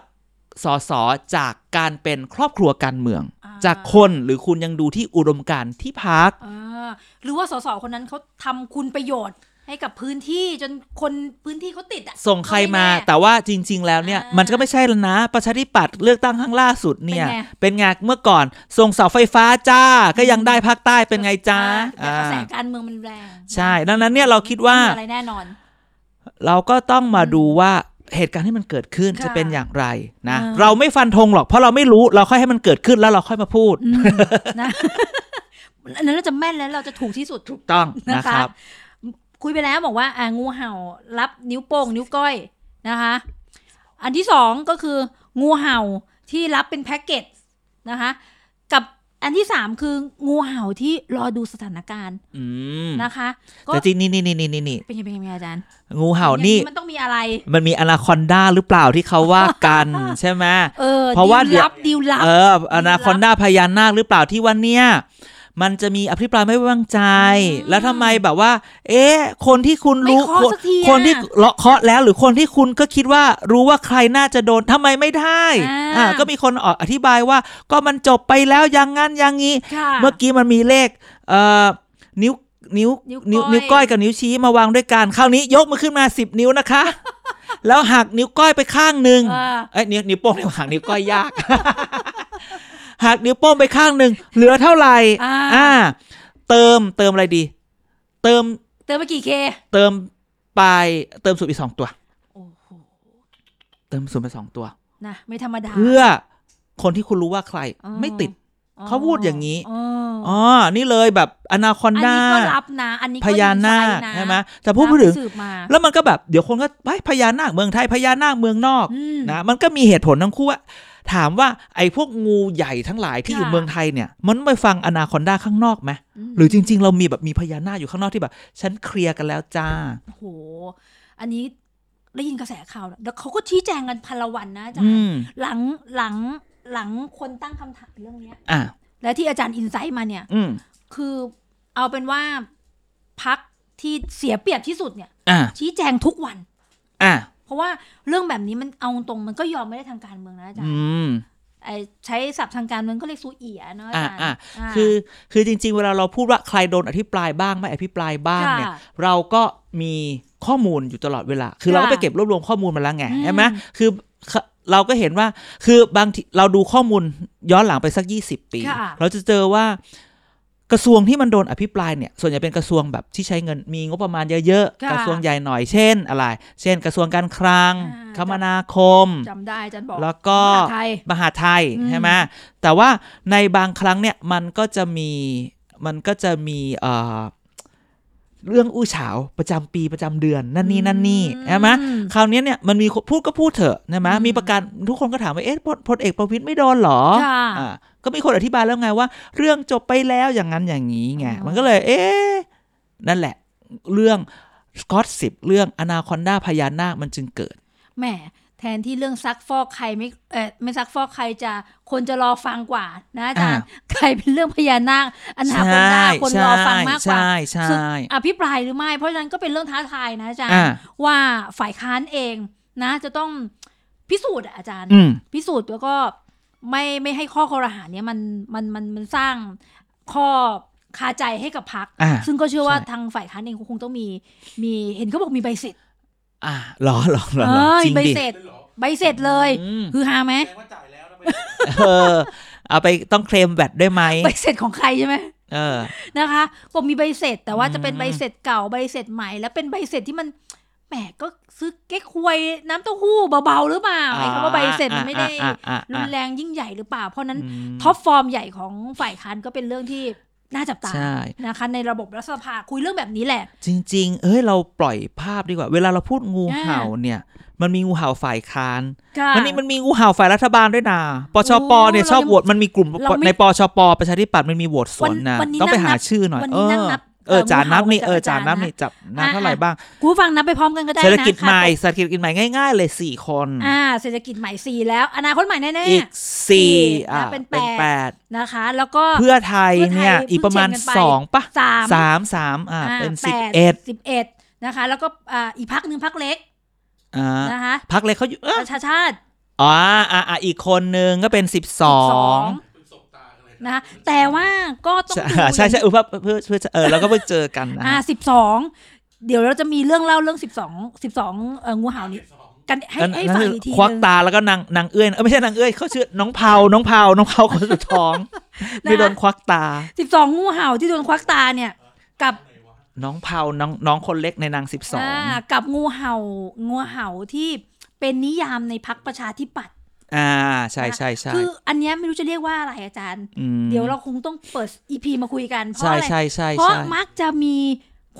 Speaker 1: สอสอจากการเป็นครอบครัวการเมือง
Speaker 2: อ่
Speaker 1: จากคนหรือคุณยังดูที่อุดมการณ์ที่พัก
Speaker 2: อ่าหรือว่าสสคนนั้นเขาทำคุณประโยชน์ให้กับพื้นที่จนคนพื้นที่เขาติดอ่ะ
Speaker 1: ส่งใครมาแต่ว่าจริง ๆ แล้วเนี่ย
Speaker 2: อ่ามั
Speaker 1: มันก็ไม่ใช่แล้วนะ ประชาธิปัตย์เลือกตั้งครั้งล่าสุดเนี่ย
Speaker 2: เป็นไง
Speaker 1: เป็นไงเมื่อก่อน ส่งเสาไฟฟ้าจ้า ก็ยังได้ภาคใต้เป็นไงจ้า
Speaker 2: แต่กระแส
Speaker 1: อ่า
Speaker 2: การเมืองมันแรง
Speaker 1: ใช่ดังนั้นเนี่ยเราคิดว่า
Speaker 2: ไม่มีอะไรแน่นอน
Speaker 1: เราก็ต้องมาดูว่าเหตุการณ์ที่มันเกิดขึ้น
Speaker 2: ค่ะ
Speaker 1: จะเป็นอย่างไรนะ
Speaker 2: อ่า
Speaker 1: เราไม่ฟันธงหรอกเพราะเราไม่รู้เราค่อยให้มันเกิดขึ้นแล้วเราค่อยมาพูด
Speaker 2: อืมนะ อันนั้นเราจะแม่นแล้วเราจะถูกที่สุด
Speaker 1: ถูกต้องนะครับ
Speaker 2: คุยไปแล้วบอกว่าอ่างูเห่ารับนิ้วโป้งนิ้วก้อยนะคะ อันที่สองก็คืองูเห่าที่รับเป็นแพ็กเกจนะคะ กับอันที่สามคืองูเห่าที่รอดูสถานการณ์
Speaker 1: อืม
Speaker 2: นะคะ ก็
Speaker 1: แต่จริงนี่นี่นี่นี่นี่
Speaker 2: เป็นยังไงเป็นยังไงอาจารย์
Speaker 1: งูเห่า
Speaker 2: อย่ง
Speaker 1: นี่
Speaker 2: มันต้องมีอะไร
Speaker 1: มันมีอนาคอนดาหรือเปล่าที่เขาว่ากัน ใช่ไหม
Speaker 2: เออ
Speaker 1: เพราะว่าเดี๋ยว
Speaker 2: ดีลลับดีลลับ
Speaker 1: เอออนาคอนดาพญานาคหรือเปล่าที่วันเนี้ยมันจะมีอภิปรายไม่ไว้วางใจ
Speaker 2: อืม
Speaker 1: แล้วทำไมแบบว่า เอ๊ะ คนที่คุณรู้
Speaker 2: ไม่เคาะ
Speaker 1: คน
Speaker 2: สักทีอะ
Speaker 1: คนที่เลาะเคาะแล้วหรือคนที่คุณก็คิดว่ารู้ว่าใครน่าจะโดนทำไมไม่ได้
Speaker 2: อ่า
Speaker 1: อ่าก็มีคนออกอธิบายว่า ก็มันจบไปแล้วอย่างงั้นอย่างงี้
Speaker 2: ค่ะ
Speaker 1: เมื่อกี้มันมีเลขเอ่อนิ้วนิ้ว
Speaker 2: นิ้ว
Speaker 1: นิ้ว
Speaker 2: ก้อย
Speaker 1: นิ้วก้อยกับนิ้วชี้มาวางด้วยกันคราวนี้ยกมือขึ้นมาสิบนิ้วนะคะ แล้วหักนิ้วก้อยไปข้างหนึ่ง
Speaker 2: เออ
Speaker 1: เอ้ยนิ้วนิ้วโป้งเนี่ยหักนิ้วก้อยยาก หักนิ้วโป้งไปข้างหนึ่งเหลือเท่าไหร่
Speaker 2: อ่า
Speaker 1: เติมเติมอะไรดี เติม
Speaker 2: เติมไปกี่เค
Speaker 1: เติมไปเติมสูบอีกสองตัว
Speaker 2: โอ้โห
Speaker 1: เติมสูบไปสองตัว
Speaker 2: นะไม่ธรรมดา
Speaker 1: เพื่อคนที่คุณรู้ว่าใคร ไม่ติด เขาพูดอย่างนี้
Speaker 2: นี้
Speaker 1: อ๋อนี่เลยแบบอนาคอ
Speaker 2: อั
Speaker 1: น
Speaker 2: น
Speaker 1: ดา
Speaker 2: นี้ก็รับนะ อันนี้ก็
Speaker 1: พญานาค
Speaker 2: ดีซะะ
Speaker 1: ใช่ไหมแต่พูดพูด
Speaker 2: นะ
Speaker 1: ถึง
Speaker 2: สืบมา
Speaker 1: แล้วมันก็แบบเดี๋ยวคนก็ไปพญานาคเมืองไทยพญานาคเมืองนอก
Speaker 2: อืม
Speaker 1: นะมันก็มีเหตุผลทั้งคู่ว่าถามว่าไอ้พวกงูใหญ่ทั้งหลายที่อ
Speaker 2: ค่ะ
Speaker 1: ยู่เมืองไทยเนี่ย มันไปฟังอนาคอนด้าข้างนอกไหม
Speaker 2: ม
Speaker 1: หรือจริง ๆ เรามีแบบมีพญานาคอยู่ข้างนอกที่แบบ ฉันเคลียร์กันแล้วจ้า
Speaker 2: โอ้โห อันนี้ได้ยินกระแสข่าวแล้วแล้วเขาก็ชี้แจงกันพนละวันนะอาจาร
Speaker 1: อื
Speaker 2: ย์
Speaker 1: ม
Speaker 2: หลังหลังหลังคนตั้งคำถามเรื่องเนี้ย
Speaker 1: อ่ะ
Speaker 2: และที่อาจารย์อินไซต์มาเนี่ย
Speaker 1: อืม
Speaker 2: คือเอาเป็นว่าพักที่เสียเปรียบที่สุดเนี่ย
Speaker 1: อ่ะ
Speaker 2: ชี้แจงทุกวัน
Speaker 1: อ่ะ
Speaker 2: เพราะว่าเรื่องแบบนี้มันเอาตรงๆมันก็ยอมไม่ได้ทางการเมืองนะอาจาร
Speaker 1: อื
Speaker 2: ย์
Speaker 1: ม
Speaker 2: ไอ้ใช้ศัพท์ทางการเมืองก็เรียกซูเอียเนาะอาจารย์
Speaker 1: อ่ะ
Speaker 2: า
Speaker 1: คือคือจริง ๆ เวลาเราพูดว่าใครโดนอภิปรายบ้างไม่อภิปรายบ้างเนี่ย
Speaker 2: ค่ะ
Speaker 1: เราก็มีข้อมูลอยู่ตลอดเวลา คือเราก็ไปเก็บรวบรวมข้อมูลมาแล้วไง
Speaker 2: อืม
Speaker 1: ใช่ไหมคือเขาเราก็เห็นว่าคือบางทีเราดูข้อมูลย้อนหลังไปสัก 20 ปี
Speaker 2: ค่ะ
Speaker 1: เราจะเจอว่าก กระทรวงที่มันโดนอภิปรายเนี่ยส่วนใหญ่เป็นกระทรวงแบบที่ใช้เงินมีงบประมาณเยอะ
Speaker 2: ค่ะ
Speaker 1: ๆกระทรวงใหญ่หน่อยเช่นอะไร เช่น กระทรวงการคลัง
Speaker 2: อ่า
Speaker 1: คมนาคม
Speaker 2: จำได้อาจารย์บอก
Speaker 1: แล้วก็
Speaker 2: มหาไทย
Speaker 1: มหาไทย
Speaker 2: อืม
Speaker 1: ใช่ไหมแต่ว่าในบางครั้งเนี่ยมันก็จะมีมันก็จะมีเอ่อเรื่องอู้เฉาวประจำปีประจำเดือนนั่นนี่นั่นนี่ใช่ไหม
Speaker 2: อื
Speaker 1: คราวเนี้ยเนี่ยมันมีคนพูดก็พูดเถอะนะมะ
Speaker 2: อืม
Speaker 1: มีประกันทุกคนก็ถามว่าเอ๊ะพลพลเอกประวิตยไม่โดนเหรอ
Speaker 2: ค่ะ
Speaker 1: อ่าก็มีคนอธิบายแล้วไงว่า เรื่องจบไปแล้วอย่างนั้นอย่างนี้ไง
Speaker 2: อ๋อ
Speaker 1: มันก็เลย เอ๊ะนั่นแหละ เรื่องสกอตสิบเรื่องอนาคอนดาพญานาคมันจึงเกิด
Speaker 2: แหมแทนที่เรื่องซักฟอกใครไม่เออไม่ซักฟอกใครจะคนจะรอฟังกว่านะอาจารย์ใครเป็นเรื่องพญานาคอนนาคตหน้าคนรอฟังมากกว่า
Speaker 1: ใช่ใช่
Speaker 2: ซึ่ง
Speaker 1: ใช่
Speaker 2: อภิปรายหรือไม่ เพราะฉะนั้นก็เป็นเรื่องท้าทายนะอาจารย์
Speaker 1: อ่า
Speaker 2: ว่าฝ่ายค้านเองนะ จะต้องพิสูจน์อะอาจารย์
Speaker 1: อืม
Speaker 2: พิสูจน์แล้วก็ไม่ไม่ให้ข้อคอรหาเนี้ยมันมันมันมันสร้างข้อคาใจให้กับพัก
Speaker 1: อ่า
Speaker 2: ซึ่งก็เชื่อว่า
Speaker 1: ใช่
Speaker 2: ทางฝ่ายค้านเองก็คงต้องมีมีเห็นเขาบอกมีใบเสร็จ
Speaker 1: อ่าหรอ หรอหรอ
Speaker 2: เอ
Speaker 1: หรอ
Speaker 2: อ
Speaker 1: จริง
Speaker 2: ใบ
Speaker 1: ดิ
Speaker 2: เสร็จ ใบเสร็จเลย
Speaker 1: อืม
Speaker 2: คือฮาไหม
Speaker 3: แสดงว่าจ่ายแล้วนะไป
Speaker 1: เออเอาไปต้องเคลมแบตได้วยไหม
Speaker 2: ใบเสร็จของใครใช่ไหม
Speaker 1: เออ
Speaker 2: นะคะก็มีใบเสร็จแต่ว่าจะเป็น
Speaker 1: อืม
Speaker 2: ใบเสร็จเก่าใบเสร็จใหม่ แล้วเป็นใบเสร็จที่มันแหมก็ซื้อเก๊กควยน้ำเต้าหู้เบาๆหรือเปล่าไอ้คำว่าใบเสร็จมันไม่ได้
Speaker 1: อ่าอ่า
Speaker 2: รุ
Speaker 1: อ่าน อ่า
Speaker 2: แรงยิ่งใหญ่หรือเปล่า เพราะนั้น
Speaker 1: ม
Speaker 2: ท็อปฟอร์มใหญ่ของฝ่ายค้านก็เป็นเรื่องที่น่าจับตา
Speaker 1: ใช่
Speaker 2: นะคะ ในระบบรัฐสภาคุยเรื่องแบบนี้แหละ
Speaker 1: จริงๆ เอ้ย เราปล่อยภาพดีกว่า เวลาเราพูดงูเห่าเนี่ย มันมีงูเห่าฝ่ายค้าน
Speaker 2: ค่ะ
Speaker 1: มันนี่มันมีงูเห่าฝ่ายรัฐบาลด้วยนะ ปชป
Speaker 2: โอ้
Speaker 1: เนี่ย
Speaker 2: เรา
Speaker 1: ชอบ
Speaker 2: ยัง
Speaker 1: โหวต มันมีกลุ่ม
Speaker 2: เราไม่
Speaker 1: ในปชปประชาธิปัตย์มันมีโหวตสวนนะ
Speaker 2: วันนี้
Speaker 1: ต้องไป
Speaker 2: นั่ง
Speaker 1: หา
Speaker 2: นับ
Speaker 1: ชื่อหน่อย
Speaker 2: วัน
Speaker 1: เอ
Speaker 2: นี้นั่ง
Speaker 1: อ
Speaker 2: นับ
Speaker 1: เออ
Speaker 2: เอ่อ
Speaker 1: จา
Speaker 2: งู
Speaker 1: นั
Speaker 2: เห่า
Speaker 1: บนี่
Speaker 2: กับ
Speaker 1: เออจา
Speaker 2: อาจารย์
Speaker 1: นับ
Speaker 2: นะ
Speaker 1: นี่จับนับเท่าไหร่บ้าง
Speaker 2: คุณผู้ฟังนับไปพร้อมกันก็ได้นะ
Speaker 1: เศรษฐกิจใหม่
Speaker 2: ค่ะ
Speaker 1: เศรษฐกิจใหม่ง่ายๆเลยสี่คน
Speaker 2: อ่า เศรษฐกิจใหม่สี่แล้ว อนาคตใหม่แน่
Speaker 1: อีกสี่อ่ะ
Speaker 2: อ่ะเป็นแปด
Speaker 1: เป็นแปด
Speaker 2: ๆนะคะ แล้วก็
Speaker 1: เพื่อไทยเนี่ย
Speaker 2: เพื่อไทย
Speaker 1: อีกประมาณ
Speaker 2: เพิ่งเช็คกันไป
Speaker 1: สองปะ
Speaker 2: สาม
Speaker 1: สามสามอ่ะ
Speaker 2: อ่า
Speaker 1: เป็น
Speaker 2: แป
Speaker 1: สิบเอ็ด
Speaker 2: สิบเอ็ดนะคะ แล้วก็อ่าอีกพักหนึ่งพักเล็ก
Speaker 1: อ่า
Speaker 2: นะคะ
Speaker 1: พักเลยเขาอยู่เอ้
Speaker 2: ป
Speaker 1: อ
Speaker 2: ระชาชาติ
Speaker 1: อ๋ออ่ะอ่ะอีกคนนึงก็เป็นสิบสอ
Speaker 2: สอง ง
Speaker 3: สบตากันเลย
Speaker 2: นะคะแต่ว่าก็ต้อง
Speaker 1: ใช่
Speaker 2: ดู
Speaker 1: ใช่ใช่เออเพื่อเพื่อเพื่อเออแล้วก็ไปเจอกันนะ
Speaker 2: อ่าสิบสองเดี๋ยวเราจะมีเรื่องเล่าเรื่องสิบสองสิบสองงูเห่านี้
Speaker 3: สอง
Speaker 2: กันให้
Speaker 1: นั่น
Speaker 2: ให้
Speaker 1: นั่น
Speaker 2: ฟัง
Speaker 1: คือ
Speaker 2: อีกที
Speaker 1: ควัก
Speaker 2: นึง
Speaker 1: ตาแล้วก็นางนางเอื้อยเออไม่ใช่นางเอื้อยเขาชื่อน้องเผาน้องเผาน้องเผาคนสุดท้อง
Speaker 2: นะ
Speaker 1: ที่โดนควักตา
Speaker 2: สิบสองงูเห่าที่โดนควักตาเนี่ย กับ
Speaker 3: ไหนวะ
Speaker 1: น้องเผาน้องน้องคนเล็กในนางสิบสอง
Speaker 2: อ่ากับงูเห่างูเห่าที่เป็นนิยามในพักประชาธิปัตย์
Speaker 1: อ่าใช่ใช่ใช่
Speaker 2: คืออันเนี้ยไม่รู้จะเรียกว่าอะไรอาจารย์
Speaker 1: ม
Speaker 2: เดี๋ยวเราคงต้องเปิดอีพีมาคุยกันเพราะ
Speaker 1: ใช่
Speaker 2: อะไร
Speaker 1: ใช่ใช่
Speaker 2: เพราะ
Speaker 1: ใช่
Speaker 2: มักจะมี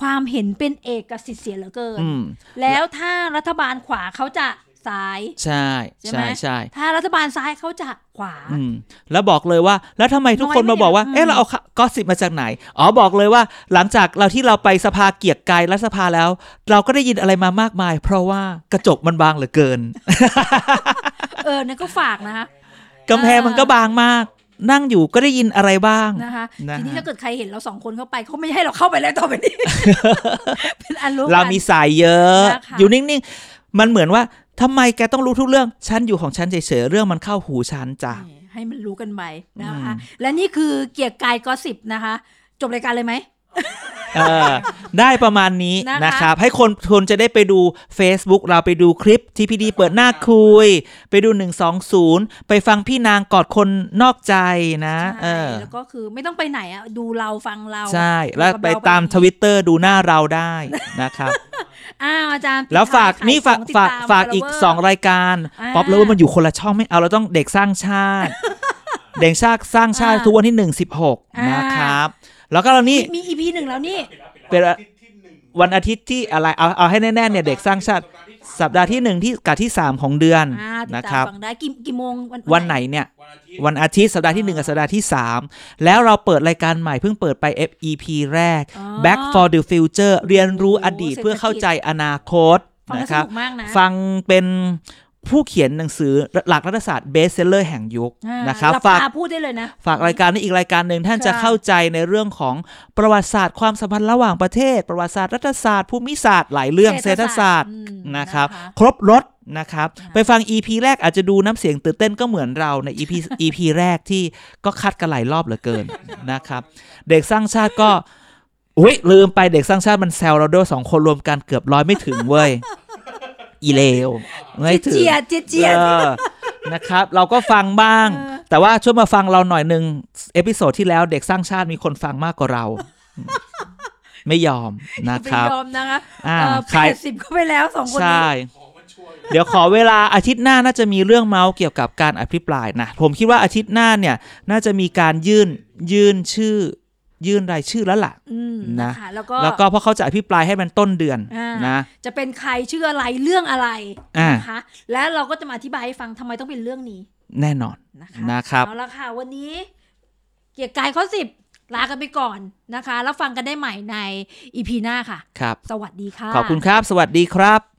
Speaker 2: ความเห็นเป็นเอกสิทธิ์เสียเหลือเกิน
Speaker 1: อืม
Speaker 2: แล้วถ้ารัฐบาลขวาเขาจะซ้าย
Speaker 1: ใช่
Speaker 2: ใช่ไหม
Speaker 1: ใช่ใช่
Speaker 2: ถ้ารัฐบาลซ้ายเขาจะขวา
Speaker 1: อืมแล้วบอกเลยว่า แล้วทำไมทุกคนมาบอกว่า
Speaker 2: น้อยไม่
Speaker 1: เอ๊ะ
Speaker 2: เยอะ
Speaker 1: เราเอาก็สิบมาจากไหนอ๋อบอกเลยว่า หลังจากเราที่เราไปสภาเกียรติกายรัฐสภาแล้ว เราก็ได้ยินอะไรมามากมาย เพราะว่ากระจกมันบางเหลือเกิน
Speaker 2: เออนั่นก็ฝากนะคะ
Speaker 1: กำแพงมันก็บางมาก นั่งอยู่ก็ได้ยินอะไรบ้าง
Speaker 2: นะคะ
Speaker 1: นะฮะ
Speaker 2: ทีนี้ถ้าเกิดใครเห็นเราสองคนเข้าไปเขาไม่ให้เราเข้าไป แล้วต่อไปนี้ เป็นอันรู้
Speaker 1: เรา
Speaker 2: กัน
Speaker 1: มีสายเยอะ
Speaker 2: นะคะ
Speaker 1: อยู่นิ่งๆ มันเหมือนว่าทำไมแกต้องรู้ทุกเรื่อง ฉันอยู่ของฉันเฉยๆ เรื่องมันเข้าหูฉันจ้ะ
Speaker 2: นี่ให้มันรู้กันไปนะคะ
Speaker 1: อืม
Speaker 2: และนี่คือเกียร์กายก็สิบนะคะ จบรายการเลยไหม
Speaker 1: เออ ได้ประมาณนี้
Speaker 2: นะคะ
Speaker 1: นะครับ ให้คนคนจะได้ไปดู Facebook เราไปดูคลิปที่พี่ดีเปิดหน้าคุย ไปดู 120 ไปฟังพี่นางกอดคนนอกใจนะ เอ
Speaker 2: ใช่
Speaker 1: อ
Speaker 2: แล้วก็คือไม่ต้องไปไหนอ่ะดูเราฟังเรา
Speaker 1: ใช่ แล้วไปตามทวิตเตอร์ดูหน้าเราได้ นะครับ
Speaker 2: อ้าวอาจารย์
Speaker 1: แล้วฝาก
Speaker 2: ปิดท้ย
Speaker 1: นี่ฝาก
Speaker 2: ขยของ
Speaker 1: ฝาก
Speaker 2: ติดต
Speaker 1: ฝา
Speaker 2: ม
Speaker 1: กอีก
Speaker 2: follower
Speaker 1: สองรายการ
Speaker 2: อ่า
Speaker 1: ป๊อปเลเวอร์มันอยู่คนละช่องไม่เอาเราต้องเด็กสร้างชาติ เด็กชาติสร้างชาติ
Speaker 2: อ่า
Speaker 1: ทุกวันที่หนึ่งสิบหก
Speaker 2: อ่าน
Speaker 1: นะครับ แล้วก็เรานี่
Speaker 2: มีอีพีหนึ่งแล้วนี่
Speaker 1: เป็น
Speaker 3: อาทิตย์ที่หง
Speaker 1: วันอาทิตย์ที่อะไรเอาเอาให้แน่ๆเนี่ยเด็กสร้างชาติ สัปดาห์ที่หนึ่งที่กับที่สามของเดือน
Speaker 2: อ่าติด
Speaker 1: นะค
Speaker 2: ตา
Speaker 1: รั
Speaker 2: ม
Speaker 1: บ
Speaker 2: ฟังได้กี่กี่โมงวัน
Speaker 1: วันไหนเนี่ย
Speaker 3: วันอาทิตย์
Speaker 1: วันอาทิตย์สัปดาห์ที่หนึ่งกับสัปดาห์ที่สามแล้วเราเปิดรายการใหม่เพิ่งเปิดไป EP แรก
Speaker 2: อ๋อ
Speaker 1: Back for the Future เรียนรู้อดีต
Speaker 2: โอ้โห
Speaker 1: เพื่อเข้าใจอนาคต
Speaker 2: ฟังแล้ว
Speaker 1: นะค
Speaker 2: ส
Speaker 1: รับ
Speaker 2: นุกมากนะ
Speaker 1: ฟังเป็นผู้เขียนหนังสือหลักรัฐศาสตร์เบสเซลเลอร์แห่งยุค
Speaker 2: อ่า
Speaker 1: นะครับ
Speaker 2: หลั
Speaker 1: ฝาก
Speaker 2: ตพูดได้เลยนะ
Speaker 1: ฝากรายการนี้อีกรายการหนึ่งท่าน
Speaker 2: ค่ะ
Speaker 1: จะเข้าใจในเรื่องของประวัติศาสตร์ความสัมพันธ์ระหว่างประเทศ ประวัติศาสตร์รัฐศาสตร์ภูมิศาสตร์หลายเรื่องเศรษฐศาสตร์
Speaker 2: อืม
Speaker 1: นะครับ ครบรถนะครับ
Speaker 2: ค่ะ
Speaker 1: ไปฟัง EP แรกอาจจะดูน้ำเสียงตื่นเต้นก็เหมือนเราใน EP EP แรกที่ก็คัดกันหลายรอบเหลือเกิน นะครับ เด็กสร้างชาติก็อุ้ยลืมไปเด็กสร้างชาติมันแซวเราด้วยสองคนรวมกันเกือบร้อยไม่ถึงเว้ย อีเลวไม่ถึง
Speaker 2: เจียดเจียดเจียด
Speaker 1: เออนะครับ เราก็ฟังบ้าง
Speaker 2: เออ
Speaker 1: แต่ว่าช่วยมาฟังเราหน่อยหนึ่งเอพิโซดที่แล้วเด็กสร้างชาติมีคนฟังมากกว่าเรา ไม่ยอมนะ
Speaker 2: ไป
Speaker 1: ครับ
Speaker 2: ยอมนะคะ
Speaker 1: อ่า
Speaker 2: แป
Speaker 1: ขาย
Speaker 2: ดสิบก็ไปแล้วสองคน
Speaker 1: ใช่
Speaker 2: นี้
Speaker 3: ของมันช่วย
Speaker 1: เดี๋ยวขอเวลาอาทิตย์หน้าน่าจะมีเรื่องเมาส์เกี่ยวกับการอภิปรายนะ ผมคิดว่าอาทิตย์หน้าเนี่ย น่าจะมีการยื่นยื่นชื่อ ยื่นรายชื่อแล้วล่ะ
Speaker 2: อืม
Speaker 1: นะ
Speaker 2: นะคะแล้วก็
Speaker 1: แล้วก็เพราะเขาจะอภิปรายให้มันต้นเดือน
Speaker 2: อ่าน
Speaker 1: นะ
Speaker 2: จะเป็นใครชื่ออะไรเรื่องอะไร
Speaker 1: อ่าน
Speaker 2: นะคะ และเราก็จะมาอธิบายให้ฟังทำไมต้องเป็นเรื่องนี้
Speaker 1: แน่นอน
Speaker 2: นะคะ
Speaker 1: นะครับ
Speaker 2: เอาละค่ะ วันนี้เกียรติกายข้อสิบลากันไปก่อนนะคะ แล้วฟังกันได้ใหม่ในอีพีหน้าค่ะ
Speaker 1: ครับ
Speaker 2: สวัสดีค่ะ
Speaker 1: ขอบคุณครับ สวัสดีครับ